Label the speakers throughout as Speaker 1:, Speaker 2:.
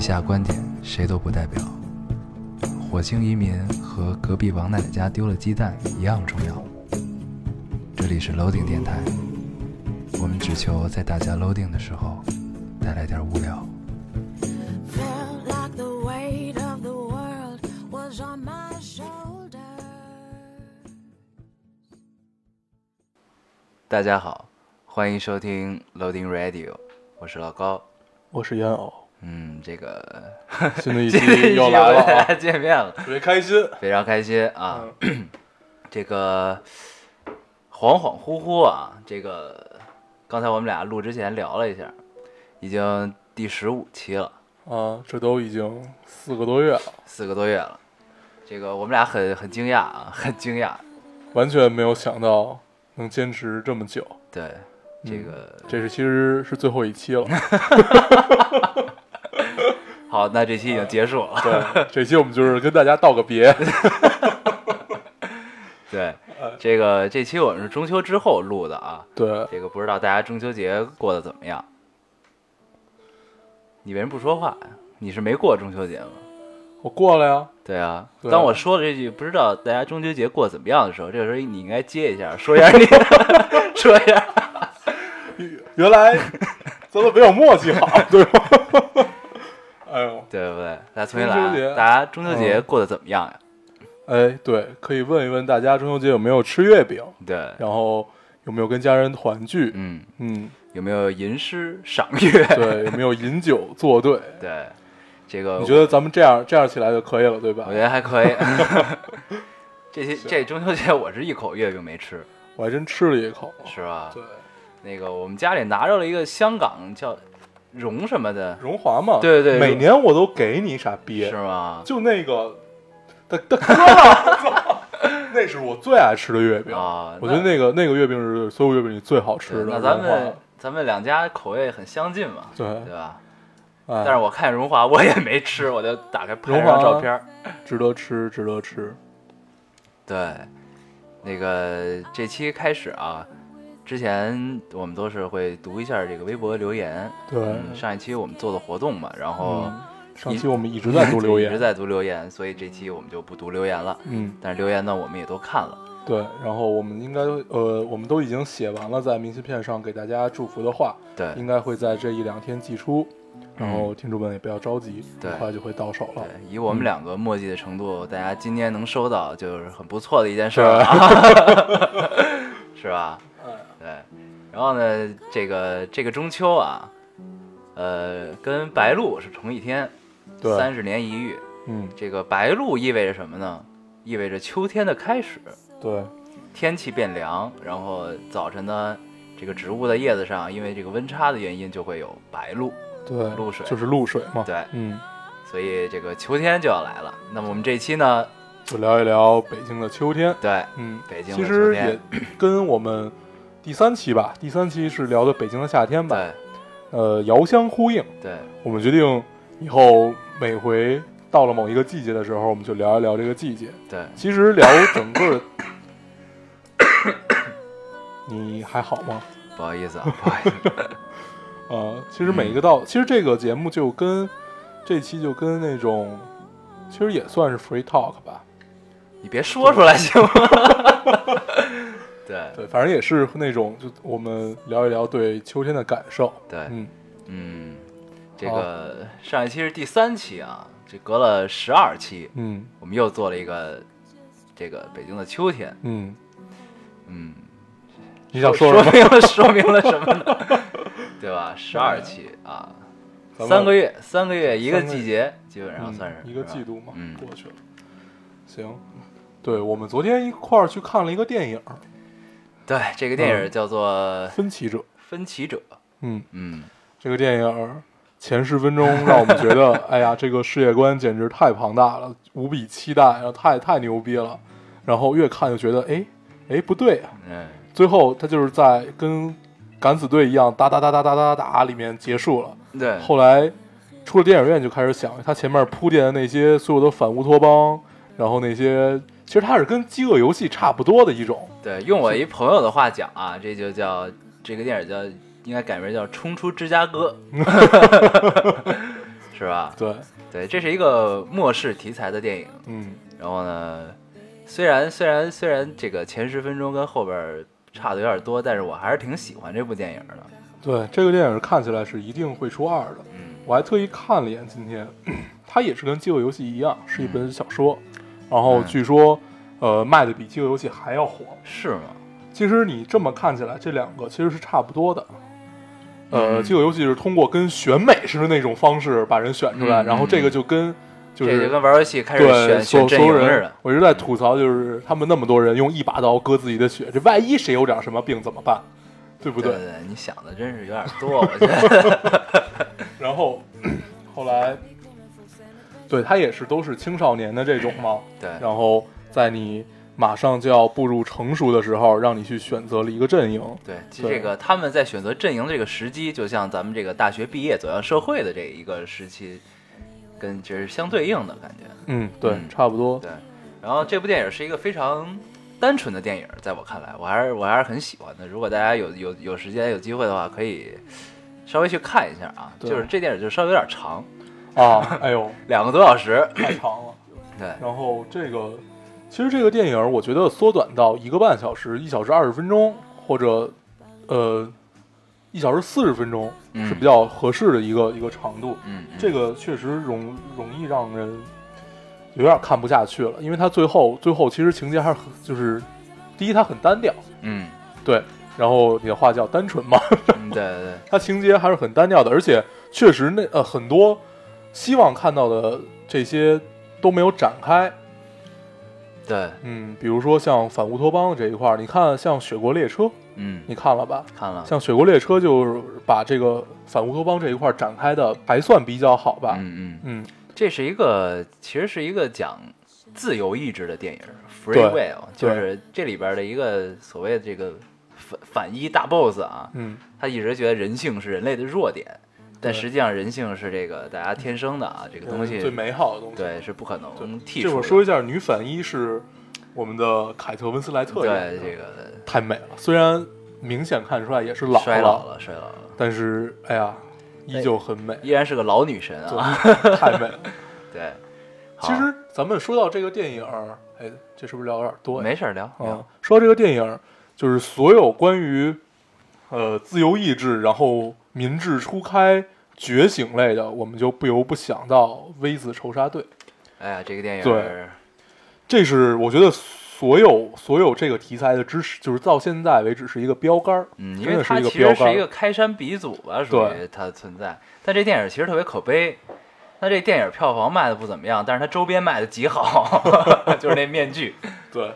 Speaker 1: 下观点谁都不代表。火星移民和隔壁王奶奶家丢了鸡蛋一样重要。这里是 Loading 电台，我们只求在大家 Loading 的时候带来点无聊。
Speaker 2: Felt like the weight of the world was on my shoulders.
Speaker 1: 大家好，欢迎收听 Loading Radio，我是老高。
Speaker 3: 我是烟偶，
Speaker 1: 嗯，这个
Speaker 3: 新的一
Speaker 1: 这一
Speaker 3: 期
Speaker 1: 期
Speaker 3: 又
Speaker 1: 又
Speaker 3: 来
Speaker 1: 跟
Speaker 3: 了
Speaker 1: 大家
Speaker 3: 啊，
Speaker 1: 见面了，
Speaker 3: 特别开心。
Speaker 1: 非常开心啊。 这个恍恍惚惚啊，这个刚才我们俩录之前聊了一下，已经第十五期了，
Speaker 3: 啊，这都已经四个多月了，
Speaker 1: 四个多月了。这个我们俩很很惊讶啊，很惊讶。
Speaker 3: 完全没有想到能坚持这么久。
Speaker 1: 对，这个、
Speaker 3: 这是其实是最后一期 了，
Speaker 1: 好，那这期已经结束了。
Speaker 3: 对，这期我们就是跟大家道个别。
Speaker 1: 对， 这个这期我们是中秋之后录的啊，
Speaker 3: 对，
Speaker 1: 这个不知道大家中秋节过得怎么样？你为什么不说话呀？你是没过中秋节吗？
Speaker 3: 我过了呀，
Speaker 1: 对啊，
Speaker 3: 对啊
Speaker 1: 当我说了这句不知道大家中秋节过得怎么样的时候，这个时候你应该接一下，说一下你， 说一下。
Speaker 3: 原来咱们没有默契 好，对吧？哎呦，
Speaker 1: 对不对？大家重新
Speaker 3: 中秋
Speaker 1: 来啊，
Speaker 3: 节
Speaker 1: 大家中秋节
Speaker 3: 嗯
Speaker 1: 过得怎么样呀？
Speaker 3: 哎，对，可以问一问大家中秋节有没有吃月饼，
Speaker 1: 对，
Speaker 3: 然后有没有跟家人团聚？
Speaker 1: 嗯，
Speaker 3: 嗯，
Speaker 1: 有没有吟诗赏月？
Speaker 3: 对，有没有饮酒作 对？
Speaker 1: 对，这个
Speaker 3: 你觉得咱们这样这样起来就可以了，对吧
Speaker 1: 我觉？得还可 以。这些这中秋节我是一口月饼没吃，
Speaker 3: 我还真吃了一口。
Speaker 1: 是吧？
Speaker 3: 对，
Speaker 1: 那个我们家里拿着了一个香港叫蓉什么的，
Speaker 3: 荣华嘛，
Speaker 1: 对对
Speaker 3: 每
Speaker 1: 荣
Speaker 3: 年我都给你傻逼
Speaker 1: 是，啊吗？
Speaker 3: 就那个的的哥啊， 那是我最爱吃的月饼
Speaker 1: 啊
Speaker 3: 我觉得
Speaker 1: 那
Speaker 3: 那个那个月饼是所有月饼里最好吃
Speaker 1: 对
Speaker 3: 的。
Speaker 1: 那咱
Speaker 3: 荣华
Speaker 1: 们咱们两家口味很相近嘛，
Speaker 3: 对
Speaker 1: 对吧？
Speaker 3: 哎
Speaker 1: 但是我看荣华我也没吃，我就打开拍
Speaker 3: 荣
Speaker 1: 张
Speaker 3: 华
Speaker 1: 照片儿。
Speaker 3: 值得吃，值得吃。
Speaker 1: 对，那个这期开始啊，之前我们都是会读一下这个微博留言。
Speaker 3: 对，
Speaker 1: 嗯，上一期我们做的活动嘛，然后
Speaker 3: 嗯上期我们一直在读留
Speaker 1: 哦一直
Speaker 3: 言，
Speaker 1: 在读留言，所以这期我们就不读留言了。
Speaker 3: 嗯，
Speaker 1: 但是留言呢，我们也都看了。
Speaker 3: 对。然后我们应该呃，我们都已经写完了在明信片上给大家祝福的话，
Speaker 1: 对嗯
Speaker 3: 应该会在这一两天寄出。然后听众们也不要着急，
Speaker 1: 对
Speaker 3: 很快就会到手了
Speaker 1: 对。，以我们
Speaker 3: 嗯
Speaker 1: 两个墨迹的程度，大家今天能收到就是很不错的一件事儿啊了，是吧？对。然后呢，这个这个中秋啊，呃，跟白露是同一天，
Speaker 3: 对
Speaker 1: 三十年一遇。
Speaker 3: 嗯，
Speaker 1: 这个白露意味着什么呢？意味着秋天的开始，
Speaker 3: 对，
Speaker 1: 天气变凉，然后早晨呢，这个植物的叶子上因为这个温差的原因就会有白露，
Speaker 3: 对，
Speaker 1: 露水
Speaker 3: 就是露水嘛。
Speaker 1: 对
Speaker 3: 嗯，
Speaker 1: 所以这个秋天就要来了。那么我们这期呢，
Speaker 3: 就聊一聊北京的秋天。
Speaker 1: 对，
Speaker 3: 嗯，
Speaker 1: 北京的
Speaker 3: 其实
Speaker 1: 秋天
Speaker 3: 也 跟我们第三期吧，第三期是聊的北京的夏天吧，
Speaker 1: 对
Speaker 3: 呃，遥相呼应。
Speaker 1: 对
Speaker 3: 我们决定以后每回到了某一个季节的时候，我们就聊一聊这个季节。
Speaker 1: 对，
Speaker 3: 其实聊整个，你还好吗？
Speaker 1: 不好意思啊，不好意思，
Speaker 3: 呃，其实每一个到，其实这个节目就跟这期就跟那种，其实也算是 free talk 吧，
Speaker 1: 你别说出来行吗？ 对
Speaker 3: 对，反正也是那种，就我们聊一聊对秋天的感受。
Speaker 1: 对，
Speaker 3: 嗯，
Speaker 1: 嗯，这个上一期是第三期啊，这隔了十二期，
Speaker 3: 嗯
Speaker 1: 我们又做了一个这个北京的秋天，
Speaker 3: 嗯，
Speaker 1: 嗯，
Speaker 3: 你想
Speaker 1: 说
Speaker 3: 说什么？
Speaker 1: 明了说明了什么 呢？对吧？十二期啊，
Speaker 3: 咱们
Speaker 1: 三个月，三个月一个
Speaker 3: 三个月
Speaker 1: 季节，基本上
Speaker 3: 嗯
Speaker 1: 算是
Speaker 3: 一个
Speaker 1: 是吧
Speaker 3: 季度嘛，
Speaker 1: 嗯，
Speaker 3: 过去了。行，对我们昨天一块儿去看了一个电影《
Speaker 1: 对，这个电影叫做《
Speaker 3: 分歧者》。
Speaker 1: 分歧者》，
Speaker 3: 嗯，
Speaker 1: 嗯，
Speaker 3: 这个电影前十分钟让我们觉 得，哎呀，这个世界观简直太庞大了，无比期待，然后太太牛逼了。然后越看就觉得，哎哎不对啊，
Speaker 1: 嗯，
Speaker 3: 最后他就是在跟敢死队一样打打打打打打打里面结束了。
Speaker 1: 对，
Speaker 3: 后来出了电影院就开始想，他前面铺垫的那些所有的反乌托邦，然后那些其实它是跟《饥饿游戏》差不多的一种，
Speaker 1: 对，用我一朋友的话讲啊，这就叫 这个电影叫应该改名叫《冲出芝加哥》。是吧？
Speaker 3: 对，
Speaker 1: 对，这是一个末世题材的电影。
Speaker 3: 嗯，
Speaker 1: 然后呢，虽然虽然虽然这个前十分钟跟后边儿差的有点多，但是我还是挺喜欢这部电影的。
Speaker 3: 对，这个电影看起来是一定会出二的。
Speaker 1: 嗯，
Speaker 3: 我还特意看了一眼，今天 它也是跟《饥饿游戏》一样，是一本小说，然后
Speaker 1: 嗯
Speaker 3: 据说，呃，卖的比《饥饿游戏》还要火。
Speaker 1: 是吗？
Speaker 3: 其实你这么看起来，这两个其实是差不多的。呃，
Speaker 1: 嗯
Speaker 3: 饥饿游戏是通过跟选美似的那种方式把人选出来，
Speaker 1: 嗯
Speaker 3: 然后这个就跟就
Speaker 1: 这就是跟玩游戏开始
Speaker 3: 对
Speaker 1: 选
Speaker 3: 所
Speaker 1: 选
Speaker 3: 有
Speaker 1: 阵
Speaker 3: 所有
Speaker 1: 营似
Speaker 3: 人
Speaker 1: 的，。
Speaker 3: 我一直在吐槽，就是他们那么多人用一把刀割自己的血，这万一谁有点什么病怎么办？对不
Speaker 1: 对
Speaker 3: 对？
Speaker 1: 对，你想的真是有点多，我觉得。
Speaker 3: 然后后来，对他也是都是青少年的这种嘛，
Speaker 1: 对，
Speaker 3: 然后在你马上就要步入成熟的时候，让你去选择了一个阵营。
Speaker 1: 对，其实
Speaker 3: 对
Speaker 1: 这个他们在选择阵营这个时机，就像咱们这个大学毕业走向社会的这一个时期，跟这是相对应的感觉。
Speaker 3: 嗯，对，
Speaker 1: 嗯
Speaker 3: 差不多。
Speaker 1: 对，然后这部电影是一个非常单纯的电影，在我看来，我还是我还是很喜欢的。如果大家有有有时间有机会的话，可以稍微去看一下啊。
Speaker 3: 对
Speaker 1: 就是这电影就稍微有点长，
Speaker 3: 啊，哎呦，
Speaker 1: 两个多小时。
Speaker 3: 太长了。
Speaker 1: 对，
Speaker 3: 然后这个，其实这个电影我觉得缩短到一个半小时，一小时二十分钟，或者呃，一小时四十分钟
Speaker 1: 嗯
Speaker 3: 是比较合适的一个、一个长度。
Speaker 1: 嗯，嗯
Speaker 3: 这个确实容容易让人有点看不下去了，因为它最后最后其实情节还是很就是，第一它很单调，
Speaker 1: 嗯
Speaker 3: 对，然后你的话叫单纯嘛，
Speaker 1: 嗯，对对对，
Speaker 3: 它情节还是很单调的，而且确实那呃很多希望看到的这些都没有展开。
Speaker 1: 对，
Speaker 3: 嗯，比如说像反乌托邦这一块儿，你看像《雪国列车》，
Speaker 1: 嗯，
Speaker 3: 你看了吧？
Speaker 1: 看了，
Speaker 3: 像《雪国列车》就是把这个反乌托邦这一块儿展开的还算比较好吧？
Speaker 1: 嗯嗯，
Speaker 3: 嗯，
Speaker 1: 这是一个其实是一个讲自由意志的电影
Speaker 3: 对
Speaker 1: ，Free Will，就
Speaker 3: 对
Speaker 1: 是这里边的一个所谓的这个反反一大 boss 啊，
Speaker 3: 嗯
Speaker 1: 他一直觉得人性是人类的弱点，但
Speaker 3: 对
Speaker 1: 实际上人性是这个大家天生的啊，这个东西
Speaker 3: 嗯最美好的东西。
Speaker 1: 对是不可能剔
Speaker 3: 这会
Speaker 1: 除的。
Speaker 3: 儿说一下，女反一是我们的凯特·温斯莱特演的，
Speaker 1: 对这个
Speaker 3: 太美了，虽然明显看出来也是老
Speaker 1: 衰老了，衰老了，
Speaker 3: 但是哎呀，依旧很美，
Speaker 1: 依然是个老女神啊，
Speaker 3: 对太美了。
Speaker 1: 对。 好
Speaker 3: 其实咱们说到这个电影儿，哎，这是不是聊有点多呀？
Speaker 1: 没事儿聊
Speaker 3: 啊
Speaker 1: 聊，，
Speaker 3: 说到这个电影儿，就是所有关于呃自由意志，然后民智初开、觉醒类的，我们就不由不想到《V 字仇杀队》。
Speaker 1: 哎呀，这个电影
Speaker 3: 对
Speaker 1: 儿
Speaker 3: 这是我觉得所有所有这个题材的知识，就是到现在为止是一个标杆儿，
Speaker 1: 嗯，因
Speaker 3: 真
Speaker 1: 为
Speaker 3: 的
Speaker 1: 它
Speaker 3: 一个
Speaker 1: 其实
Speaker 3: 标杆
Speaker 1: 是一个
Speaker 3: 儿。
Speaker 1: 开山鼻祖吧，属于
Speaker 3: 对
Speaker 1: 它的存在。但这电影其实特别可悲，那这电影票房卖的不怎么样，但是它周边卖的极好， 就是那面具。
Speaker 3: 对，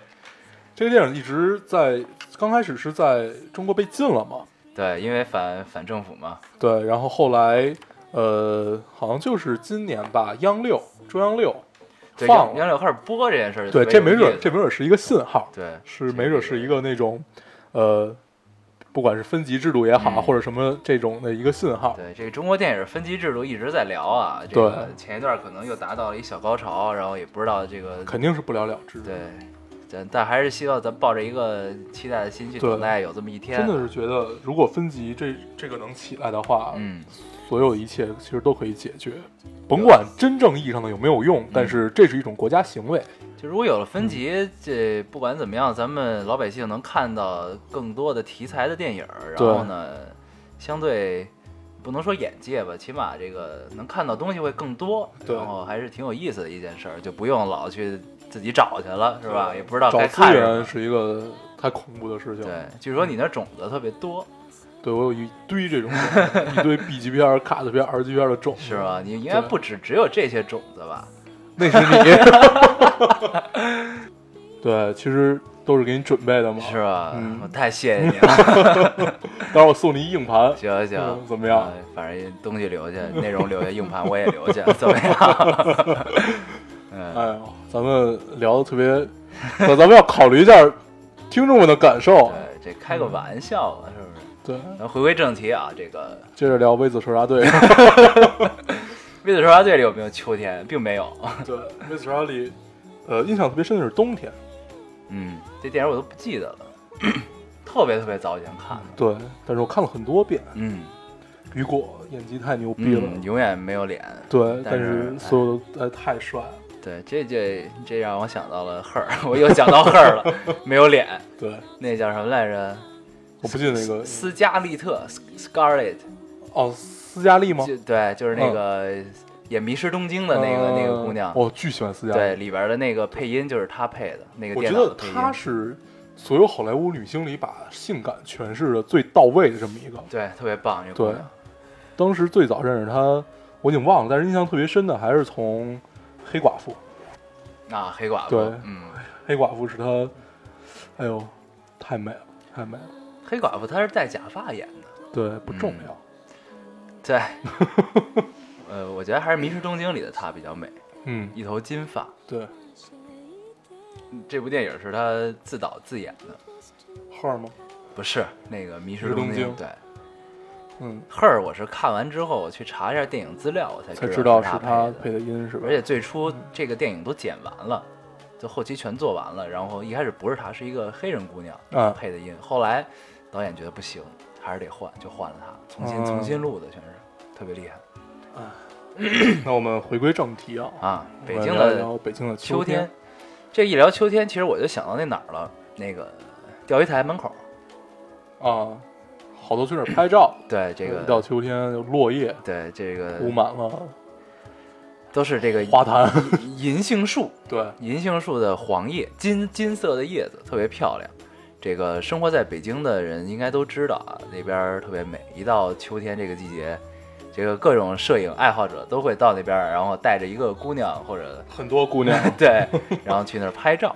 Speaker 3: 这个电影一直在刚开始是在中国被禁了嘛，
Speaker 1: 对，因为反反政府嘛，
Speaker 3: 对，然后后来呃，好像就是今年吧，央六中央六
Speaker 1: 对，杨
Speaker 3: 放了，
Speaker 1: 杨柳开始播这件事儿就特
Speaker 3: 对，
Speaker 1: 别
Speaker 3: 这没
Speaker 1: 有意
Speaker 3: 准
Speaker 1: 思，
Speaker 3: 这没准是一个信号，
Speaker 1: 对
Speaker 3: 是没准是一个那种呃，不管是分级制度也好，
Speaker 1: 嗯
Speaker 3: 或者什么这种的一个信号，
Speaker 1: 对这个中国电影分级制度一直在聊啊，这个前一段可能又达到了一小高潮，然后也不知道这个
Speaker 3: 肯定是不了了之。
Speaker 1: 对，咱但还是希望咱抱着一个期待的心去
Speaker 3: 对
Speaker 1: 等待有这么一天，啊
Speaker 3: 真的是觉得，如果分级这这个能起来的话，
Speaker 1: 嗯。
Speaker 3: 所有一切其实都可以解决，甭管真正意义上的有没有用，
Speaker 1: 嗯
Speaker 3: 但是这是一种国家行为。
Speaker 1: 就如果有了分
Speaker 3: 嗯
Speaker 1: 级，这不管怎么样，咱们老百姓能看到更多的题材的电影儿，然
Speaker 3: 对
Speaker 1: 后呢，相对不能说眼界吧，起码这个能看到东西会更多，
Speaker 3: 对
Speaker 1: 然后还是挺有意思的一件事儿，就不用老去自己找去了，是吧？
Speaker 3: 对
Speaker 1: 也不知道
Speaker 3: 找
Speaker 1: 该
Speaker 3: 资
Speaker 1: 看什
Speaker 3: 源
Speaker 1: 么。
Speaker 3: 是一个太恐怖的事情。
Speaker 1: 对，据说你那种子特别多，
Speaker 3: 对我有一堆这种 一堆 B 级片儿、卡子片儿、R 级片儿的种，
Speaker 1: 是？啊吧？你应该
Speaker 3: 对
Speaker 1: 不止只有这些种子吧？
Speaker 3: 那是你。对，其实都是给你准备的嘛。
Speaker 1: 是啊吧？
Speaker 3: 嗯
Speaker 1: 我太谢谢你了。
Speaker 3: 待会儿我送你一硬盘。
Speaker 1: 行行
Speaker 3: 嗯，怎么样
Speaker 1: 呃反正东西留下，内容留下，硬盘我也留下，怎么样？
Speaker 3: 哎
Speaker 1: 嗯，
Speaker 3: 呦，咱们聊的特别， 咱咱们要考虑一下听众们的感受
Speaker 1: 对。，这开个玩笑嘛，是不是？
Speaker 3: 对，
Speaker 1: 咱回归正题啊，这个
Speaker 3: 接着聊《微子仇杀队》。
Speaker 1: 《V 字仇杀队》里有没有秋天？并没有。
Speaker 3: 对，《Miss Charlie》，呃，印象特别深的是冬天。
Speaker 1: 嗯，这电影我都不 记得了，特别特别早以前看的。
Speaker 3: 对，但是我看了很多遍。
Speaker 1: 嗯，
Speaker 3: 雨果演技太牛逼了，
Speaker 1: 嗯，永远没有脸。
Speaker 3: 对，
Speaker 1: 但
Speaker 3: 但
Speaker 1: 是
Speaker 3: 是所有的哎太帅了，
Speaker 1: 对，这这这让我想到了 her，我又想到 her 了，没有脸，
Speaker 3: 对，
Speaker 1: 那叫什么来着？
Speaker 3: 我不记得那个
Speaker 1: 斯嘉丽特 （Scarlett），
Speaker 3: 哦，斯嘉丽吗？
Speaker 1: 就对，就是那个也迷失东京的那个、那个姑娘，
Speaker 3: 呃我巨喜欢斯嘉丽。
Speaker 1: 对，里边的那个配音就是她配的，那个
Speaker 3: 我
Speaker 1: 电
Speaker 3: 觉
Speaker 1: 脑
Speaker 3: 得
Speaker 1: 的配音。
Speaker 3: 她是所有好莱坞女星里把性感诠释的最到位的这么一个。
Speaker 1: 对特别棒，这个姑
Speaker 3: 对
Speaker 1: 娘。，
Speaker 3: 当时最早认识她，我已经忘了，但是印象特别深的还是从《黑寡妇》。
Speaker 1: 啊，黑寡妇，
Speaker 3: 对
Speaker 1: 嗯，
Speaker 3: 黑寡妇是她，哎呦，太美了，太美了。
Speaker 1: 黑寡妇她是戴假发演的，
Speaker 3: 对，不重
Speaker 1: 嗯
Speaker 3: 要。
Speaker 1: 对，呃，我觉得还是《迷失东京》里的她比较美，
Speaker 3: 嗯，
Speaker 1: 一头金发。
Speaker 3: 对，
Speaker 1: 这部电影是她自导自演的，
Speaker 3: 号吗？
Speaker 1: 不是那个《迷失
Speaker 3: 迷失
Speaker 1: 东
Speaker 3: 东
Speaker 1: 京》
Speaker 3: 京
Speaker 1: 对。
Speaker 3: 嗯，
Speaker 1: Her，我是看完之后我去查一下电影资料，我才
Speaker 3: 才
Speaker 1: 知
Speaker 3: 知
Speaker 1: 道
Speaker 3: 道
Speaker 1: 是
Speaker 3: 是
Speaker 1: 她
Speaker 3: 她
Speaker 1: 配
Speaker 3: 配的音是吧
Speaker 1: 而？且最初这个电影都剪完了，就后期全做完了。然后一开始不是她，是一个黑人姑娘
Speaker 3: 啊
Speaker 1: 配的音。后来导演觉得不行，还是得换，就换了她，重新
Speaker 3: 嗯
Speaker 1: 重新录的全是，特别厉害
Speaker 3: 那我们回归正题啊，
Speaker 1: 啊！北
Speaker 3: 我们
Speaker 1: 京
Speaker 3: 聊一
Speaker 1: 的
Speaker 3: 聊北京的
Speaker 1: 秋
Speaker 3: 天
Speaker 1: 天，，这一聊秋天，其实我就想到那哪儿了，那个钓鱼台门口，
Speaker 3: 啊，好多去那儿拍照。
Speaker 1: 对 这
Speaker 3: 一到
Speaker 1: 个，呃
Speaker 3: 秋天就落叶
Speaker 1: 对这
Speaker 3: 铺
Speaker 1: 个
Speaker 3: 满了
Speaker 1: 都是这个
Speaker 3: 花坛，
Speaker 1: 银杏树，
Speaker 3: 对，
Speaker 1: 银杏树的黄叶，金金色的叶子特别漂亮。这个生活在北京的人应该都知道啊，那边儿特别美。一到秋天这个季节，这个各种摄影爱好者都会到那边儿，然后带着一个姑娘或者
Speaker 3: 很多姑娘
Speaker 1: 对，然后去那儿拍照。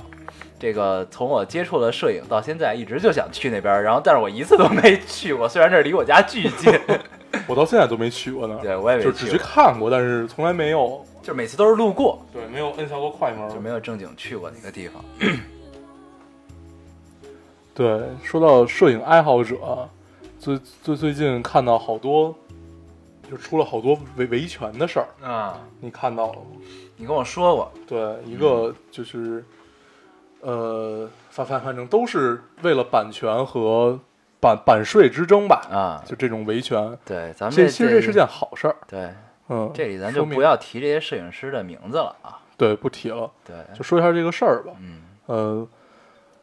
Speaker 1: 这个从我接触了摄影到现在，一直就想去那边儿，然后但是我一次都没去过。虽然这离我家巨 近，
Speaker 3: 我到现在都没去过那儿，
Speaker 1: 对我也没
Speaker 3: 就
Speaker 1: 去
Speaker 3: 只
Speaker 1: 过
Speaker 3: 去看过，但是从来没有，
Speaker 1: 就是每次都是路过，
Speaker 3: 对，没有摁下过快
Speaker 1: 就
Speaker 3: 门。
Speaker 1: 没有正经去过那个地方。
Speaker 3: 对，说到摄影爱好者，最最最近看到好多，就出了好多维维权的事儿，
Speaker 1: 啊，
Speaker 3: 你看到了吗？
Speaker 1: 你跟我说过，
Speaker 3: 对，一个就是，呃，反反反正都是为了版权和版版税之争吧，
Speaker 1: 啊
Speaker 3: 就这种维权。
Speaker 1: 对，咱们
Speaker 3: 这其实这是件好事儿，
Speaker 1: 对，
Speaker 3: 嗯，
Speaker 1: 这里咱
Speaker 3: 说
Speaker 1: 就
Speaker 3: 明
Speaker 1: 不要提这些摄影师的名字了啊。
Speaker 3: 对不提了，
Speaker 1: 对，
Speaker 3: 就说一下这个事儿吧。
Speaker 1: 哎嗯
Speaker 3: 呃，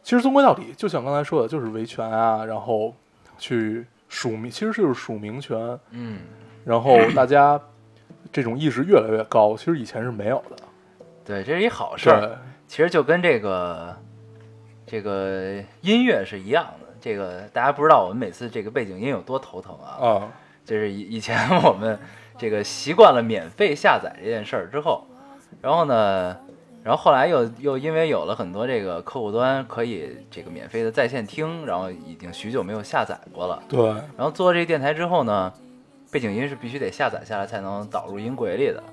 Speaker 3: 其实终归到底，就像刚才说的，就是维权啊，然后去署名，其实就是署名权，
Speaker 1: 嗯，
Speaker 3: 然后大家这种意识越来越高，其实以前是没有的。
Speaker 1: 对，这是一好事儿。
Speaker 3: 对，
Speaker 1: 其实就跟这个这个音乐是一样的。这个大家不知道，我们每次这个背景音有多头疼啊！
Speaker 3: 啊，
Speaker 1: 就是以以前我们这个习惯了免费下载这件事儿之后，然后呢，然后后来又又因为有了很多这个客户端可以这个免费的在线听，然后已经许久没有下载过了。
Speaker 3: 对，
Speaker 1: 然后做这个电台之后呢，背景音是必须得下载下来才能导入音轨里的。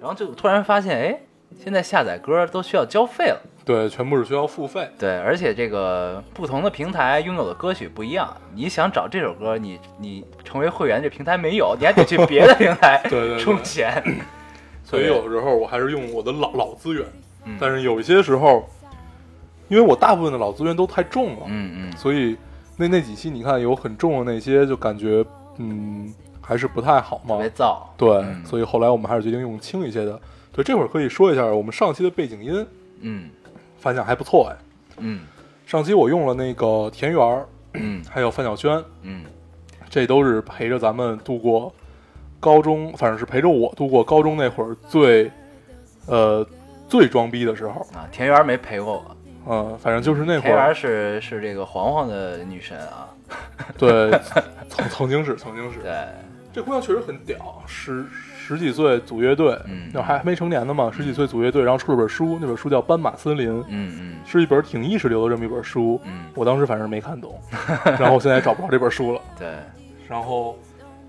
Speaker 1: 然后就突然发现，哎，现在下载歌都需要交费了。
Speaker 3: 对，全部是需要付费。
Speaker 1: 对，而且这个不同的平台拥有的歌曲不一样，你想找这首歌，你你成为会员，这平台没有，你还得 去别的平台
Speaker 3: 对对对
Speaker 1: 充钱。
Speaker 3: 所以有时候我还是用我的老老资源，
Speaker 1: 嗯
Speaker 3: 但是有一些时候，因为我大部分的老资源都太重了，
Speaker 1: 嗯嗯，
Speaker 3: 所以那那几期你看有很重的那些，就感觉嗯还是不太好嘛
Speaker 1: 特。别燥。
Speaker 3: 对，
Speaker 1: 嗯
Speaker 3: 所以后来我们还是决定用轻一些的。对，这会儿可以说一下我们上期的背景音，
Speaker 1: 嗯
Speaker 3: 反响还不错哎。
Speaker 1: 嗯
Speaker 3: 上期我用了那个田园儿，
Speaker 1: 嗯
Speaker 3: 还有范晓萱，
Speaker 1: 嗯，
Speaker 3: 这都是陪着咱们度过高中，反正是陪着我度过高中那会儿最，呃，最装逼的时候。
Speaker 1: 啊，田园没陪过我，
Speaker 3: 嗯，反正就是那会
Speaker 1: 田园
Speaker 3: 儿，
Speaker 1: 是是这个黄黄的女神啊。
Speaker 3: 对，曾曾经是，曾经是。
Speaker 1: 对，
Speaker 3: 这姑娘确实很屌，十十几岁组乐队，
Speaker 1: 嗯
Speaker 3: 那还还没成年呢嘛，十几岁组乐队，然后出了本书，那本书叫《斑马森林》，
Speaker 1: 嗯嗯
Speaker 3: 是一本挺意识流的这么一本书。
Speaker 1: 嗯，
Speaker 3: 我当时反正没看懂，然后现在找不着这本书了。
Speaker 1: 对，
Speaker 3: 然后，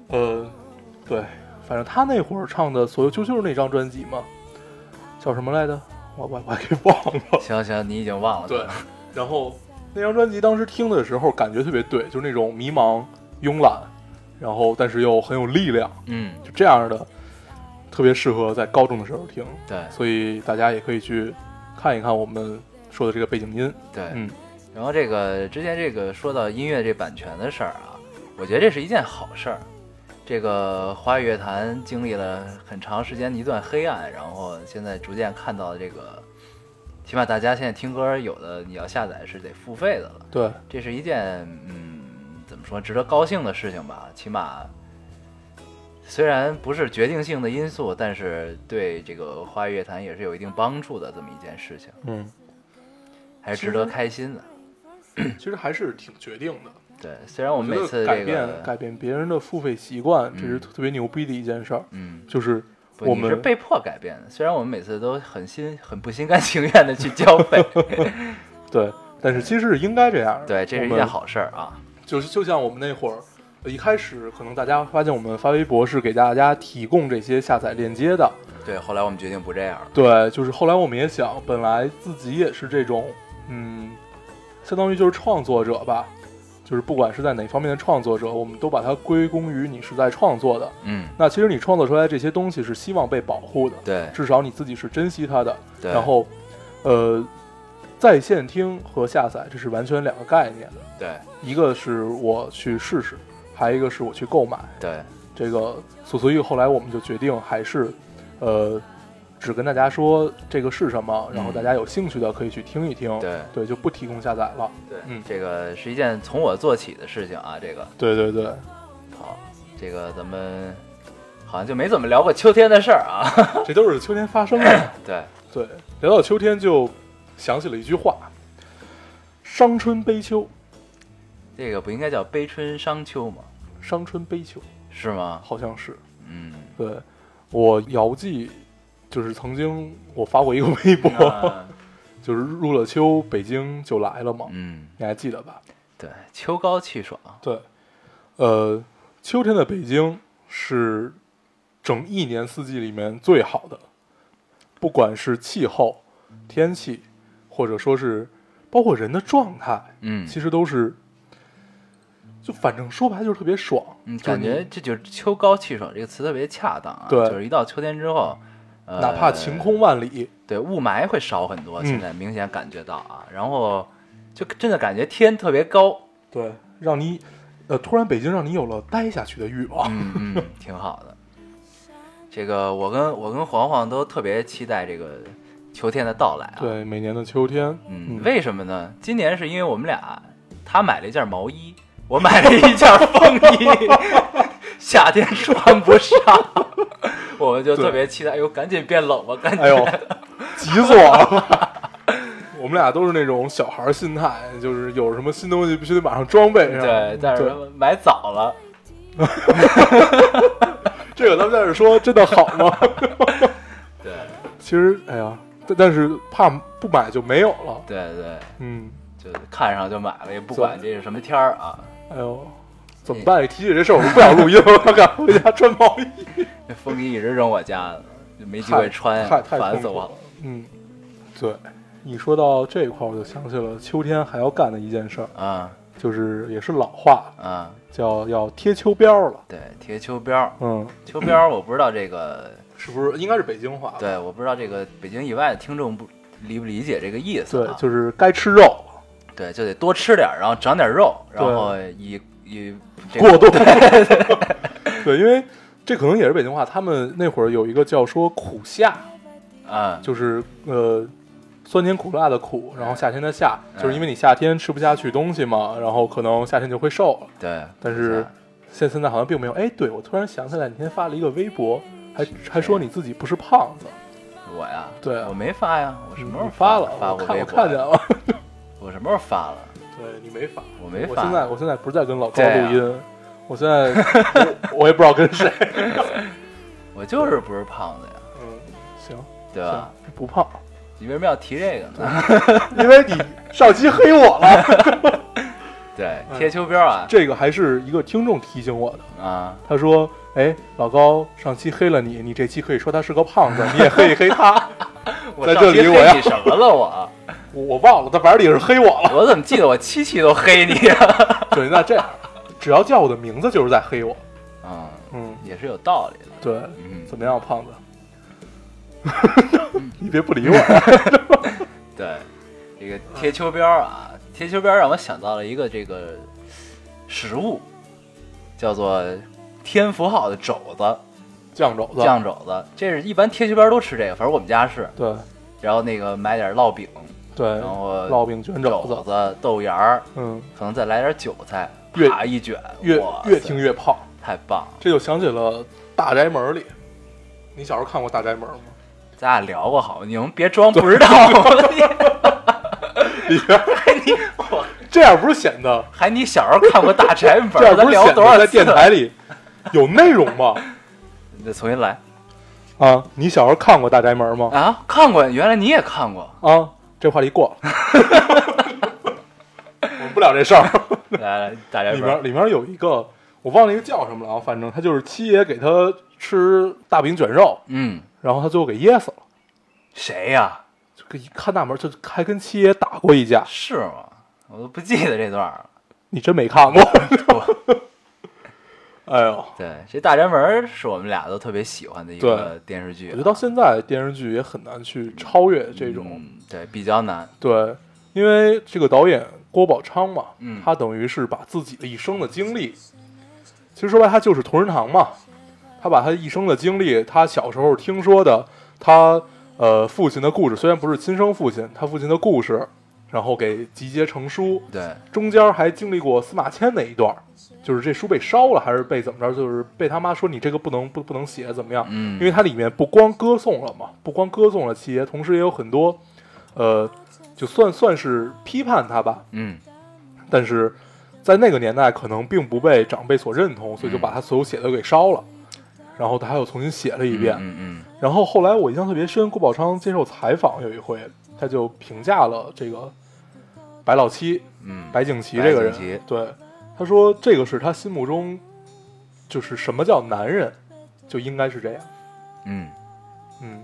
Speaker 3: 呃，对，反正他那会儿唱的所有就就是那张专辑嘛，叫什么来着？我我我还给 忘了。
Speaker 1: 行行，你已经忘了。
Speaker 3: 对，然后那张专辑当时听的时候感觉特别对，就是那种迷茫、慵懒，然后但是又很有力量，
Speaker 1: 嗯，
Speaker 3: 就这样的，特别适合在高中的时候听。
Speaker 1: 对
Speaker 3: 所以大家也可以去看一看我们说的这个背景音。
Speaker 1: 对。
Speaker 3: 嗯，
Speaker 1: 然后这个之前这个说到音乐这版权的事儿啊，我觉得这是一件好事儿。这个华语乐坛经历了很长时间的一段黑暗，然后现在逐渐看到这个，起码大家现在听歌有的你要下载是得付费的了，
Speaker 3: 对，
Speaker 1: 这是一件嗯怎么说值得高兴的事情吧？起码虽然不是决定性的因素，但是对这个华语乐坛也是有一定帮助的这么一件事情，
Speaker 3: 嗯，
Speaker 1: 还是值得开心的。
Speaker 3: 其实还是挺决定的。
Speaker 1: 对，虽然我
Speaker 3: 我
Speaker 1: 们
Speaker 3: 觉
Speaker 1: 每
Speaker 3: 得
Speaker 1: 次
Speaker 3: 改
Speaker 1: 这
Speaker 3: 变、
Speaker 1: 个
Speaker 3: 改变别人的付费习惯，这是
Speaker 1: 嗯
Speaker 3: 特别牛逼的一件事儿，
Speaker 1: 嗯。
Speaker 3: 就是
Speaker 1: 不
Speaker 3: 我
Speaker 1: 你是
Speaker 3: 们
Speaker 1: 被迫改变的，虽然我们每次都很心很不心甘情愿的去交 费，
Speaker 3: 对，但是其实是应该这样的。
Speaker 1: 对，这是一
Speaker 3: 我们
Speaker 1: 件好事儿啊。
Speaker 3: 就是就像我们那会儿一开始，可能大家发现我们发微博是给大家提供这些下载链接的，
Speaker 1: 对，后来我们决定不这样了。
Speaker 3: 对，就是后来我们也想，本来自己也是这种，嗯，相当于就是创作者吧，就是不管是在哪方面的创作者，我们都把它归功于你是在创作的。
Speaker 1: 嗯，
Speaker 3: 那其实你创作出来这些东西是希望被保护的，
Speaker 1: 对
Speaker 3: 至少你自己是珍惜它的。
Speaker 1: 对。
Speaker 3: 然后，呃，在线听和下载这是完全两个概念，
Speaker 1: 对
Speaker 3: 一个是我去试试，还有一个是我去购买。
Speaker 1: 对
Speaker 3: 这个，所所以后来我们就决定还是，呃，只跟大家说这个是什么，然后大家有兴趣的可以去听一听。
Speaker 1: 嗯对
Speaker 3: 就不提供下载了。
Speaker 1: 对，
Speaker 3: 哦嗯
Speaker 1: 这个是一件从我做起的事情啊。这个
Speaker 3: 对对对，
Speaker 1: 好，这个咱们好像就没怎么聊过秋天的事儿啊。
Speaker 3: 这都是秋天发生的。
Speaker 1: 对，
Speaker 3: 对，聊到秋天就想起了一句话：“伤春悲秋，
Speaker 1: 这个不应该叫悲春伤秋吗？
Speaker 3: 伤春悲秋”，
Speaker 1: 是吗？
Speaker 3: 好像是。
Speaker 1: 嗯，
Speaker 3: 对，我姚记就是曾经我发过一个微博，
Speaker 1: 那
Speaker 3: 就是入了秋，北京就来了嘛，
Speaker 1: 嗯，
Speaker 3: 你还记得吧？
Speaker 1: 对，秋高气爽，
Speaker 3: 对，呃，秋天的北京是整一年四季里面最好的，不管是气候、天气，或者说是包括人的状态，
Speaker 1: 嗯
Speaker 3: 其实都是，就反正说白了就是特别爽，
Speaker 1: 嗯，
Speaker 3: 就是
Speaker 1: 感
Speaker 3: 你
Speaker 1: 觉这就是“秋高气爽”这个词特别恰当啊。
Speaker 3: 对
Speaker 1: 就是一到秋天之后，呃，
Speaker 3: 哪怕晴空万里，
Speaker 1: 对，雾霾会少很多，
Speaker 3: 嗯
Speaker 1: 现在明显感觉到啊。然后就真的感觉天特别高，
Speaker 3: 对，让你呃突然北京让你有了待下去的欲望，
Speaker 1: 嗯嗯，挺好的。这个我跟我跟黄黄都特别期待这个秋天的到来啊。，
Speaker 3: 对，每年的秋天，
Speaker 1: 嗯，为什么呢？今年是因为我们俩，他买了一件毛衣，我买了一件风衣， 夏天穿不上， 我们就特别期待。哎呦，赶紧变冷吧，赶紧。
Speaker 3: 哎呦，急死我了！ 我们俩都是那种小孩儿心态，就是有什么新东西必须得马上装备上。
Speaker 1: 对，但是买早了，
Speaker 3: 这个咱们在这说真的好吗？
Speaker 1: 对
Speaker 3: 其实，哎呀，但但是怕不买就没有了。
Speaker 1: 对对，
Speaker 3: 嗯，
Speaker 1: 就看上就买了，也不管这是什么天儿啊。
Speaker 3: 哎呦，怎么办？提起这事儿，我就不想录音了，我赶回家穿毛衣，
Speaker 1: 那风衣一直扔我家，就没机会穿，
Speaker 3: 太太
Speaker 1: 烦
Speaker 3: 痛
Speaker 1: 死
Speaker 3: 苦
Speaker 1: 我了。。
Speaker 3: 嗯，对，一说到这块儿，我就想起了秋天还要干的一件事儿，
Speaker 1: 啊
Speaker 3: 就是也是老话，
Speaker 1: 啊，
Speaker 3: 叫要贴秋膘了。
Speaker 1: 对，贴秋膘，
Speaker 3: 嗯，
Speaker 1: 秋膘我不知道这个，
Speaker 3: 是不是应该是北京话？
Speaker 1: 对，我不知道这个北京以外的听众不理不理解这个意思
Speaker 3: 对
Speaker 1: 啊？，
Speaker 3: 就是该吃肉，
Speaker 1: 对，就得多吃点儿，然后长点肉，然后以以这个
Speaker 3: 过度。 对，因为这可能也是北京话，他们那会儿有一个叫说苦夏，
Speaker 1: 啊，
Speaker 3: 就是呃酸甜苦辣的苦，然后夏天的夏，
Speaker 1: 嗯
Speaker 3: 就是因为你夏天吃不下去东西嘛，然后可能夏天就会瘦了。
Speaker 1: 对，
Speaker 3: 但是现现在好像并没有。哎，对我突然想起来，你那天发了一个微博，还还说你自己不是胖子，
Speaker 1: 我呀，
Speaker 3: 对
Speaker 1: 我没发呀，我什么时候
Speaker 3: 你发
Speaker 1: 了
Speaker 3: 了？？
Speaker 1: 发
Speaker 3: 我
Speaker 1: 过
Speaker 3: 看
Speaker 1: 微
Speaker 3: 我
Speaker 1: 博
Speaker 3: 看见了。
Speaker 1: 我什么时候发了？
Speaker 3: 对你没发，
Speaker 1: 我没
Speaker 3: 我
Speaker 1: 发
Speaker 3: 现在我现在不是在跟老高
Speaker 1: 对啊
Speaker 3: 录音，我现在我我也不知道跟 谁。
Speaker 1: 我就是不是胖子呀，
Speaker 3: 嗯，行，
Speaker 1: 对吧？
Speaker 3: 行不胖，
Speaker 1: 你为什么要提这个呢？
Speaker 3: 啊因为 你上期黑我了。
Speaker 1: 对，贴秋膘啊，
Speaker 3: 这个还是一个听众提醒我的，
Speaker 1: 啊，
Speaker 3: 他说：“哎，老高上期黑了你，你这期可以说他是个胖子，你也黑一黑他。
Speaker 1: 我
Speaker 3: 在
Speaker 1: 上
Speaker 3: 这
Speaker 1: 期
Speaker 3: 里我
Speaker 1: 黑
Speaker 3: 要
Speaker 1: 你什么了我？
Speaker 3: 我”我忘了，他反正也是黑我了。
Speaker 1: 我怎么记得我七期都黑你啊？
Speaker 3: 对，那这样，只要叫我的名字就是在黑我。
Speaker 1: 嗯，
Speaker 3: 嗯，
Speaker 1: 也是有道理的。
Speaker 3: 对，
Speaker 1: 嗯，
Speaker 3: 怎么样，胖子？ 你别不理我啊。
Speaker 1: 对，这个贴秋膘啊，贴秋膘让我想到了一个这个食物，叫做天福号的肘子，
Speaker 3: 酱肘子，
Speaker 1: 酱肘子，这是一般贴街边都吃这个，反正我们家是。
Speaker 3: 对
Speaker 1: 然后那个买点烙饼，
Speaker 3: 对，
Speaker 1: 然后
Speaker 3: 烙饼卷肘
Speaker 1: 肘
Speaker 3: 子，
Speaker 1: 子、豆芽儿，
Speaker 3: 嗯，
Speaker 1: 可能再来点韭菜，
Speaker 3: 越
Speaker 1: 啪一卷，
Speaker 3: 越
Speaker 1: 哇
Speaker 3: 越
Speaker 1: 塞
Speaker 3: 听越胖，
Speaker 1: 太棒了。
Speaker 3: 这就想起了《大宅门》里，你小时候看过《大宅门》吗？
Speaker 1: 咱俩聊过好吗，你们别装不知道。 你
Speaker 3: 里边儿
Speaker 1: 还你我
Speaker 3: 这样不是显得
Speaker 1: 还你小时候看过大宅门，
Speaker 3: 这样
Speaker 1: 咱
Speaker 3: 不是
Speaker 1: 聊
Speaker 3: 显
Speaker 1: 多少
Speaker 3: 得在
Speaker 1: 次
Speaker 3: 电台里有内容吗？
Speaker 1: 你再重新来
Speaker 3: 啊，你小时候看过《大宅门》吗？
Speaker 1: 啊！看过，原来你也看 过。
Speaker 3: 啊，这话题过 了，我们不聊这事儿。
Speaker 1: 来来，大宅
Speaker 3: 里
Speaker 1: 门
Speaker 3: 面里面有一个我忘了一个叫什么了啊，反正他就是七爷给他吃大饼卷肉，
Speaker 1: 嗯，
Speaker 3: 然后他最后给噎死了。
Speaker 1: 谁呀、
Speaker 3: 这个一看大门，就还跟七爷打过一架，
Speaker 1: 是吗？我都不记得这段儿了。
Speaker 3: 你真没看过？
Speaker 1: 我
Speaker 3: 哎呦，
Speaker 1: 对，这大宅门是我们俩都特别喜欢的一个电视剧、啊
Speaker 3: 我觉得到现在电视剧也很难去超越这种、
Speaker 1: 嗯，对，比较难。
Speaker 3: 对，因为这个导演郭宝昌嘛，
Speaker 1: 嗯
Speaker 3: 他等于是把自己的一生的经历，其实说白了，他就是同仁堂嘛，他把他一生的经历，他小时候听说的，他呃父亲的故事，虽然不是亲生父亲，他父亲的故事，然后给集结成书，
Speaker 1: 对，
Speaker 3: 中间还经历过司马迁那一段儿，就是这书被烧了还是被怎么着，就是被他妈说你这个不能不不能写怎么样，
Speaker 1: 嗯，
Speaker 3: 因为它里面不光歌颂了嘛，不光歌颂了七爷，同时也有很多，呃，就算算是批判他吧，
Speaker 1: 嗯
Speaker 3: 但是在那个年代可能并不被长辈所认
Speaker 1: 嗯
Speaker 3: 同，所以就把他所有写的给烧了，然后他又重新写了一遍。
Speaker 1: 嗯嗯
Speaker 3: 然后后来我印象特别深，郭宝昌接受采访有一回，他就评价了这个白老七
Speaker 1: 嗯，
Speaker 3: 白景琦这个
Speaker 1: 白景琦
Speaker 3: 人，对他说这个是他心目中就是什么叫男人就应该是这样，
Speaker 1: 嗯，
Speaker 3: 嗯。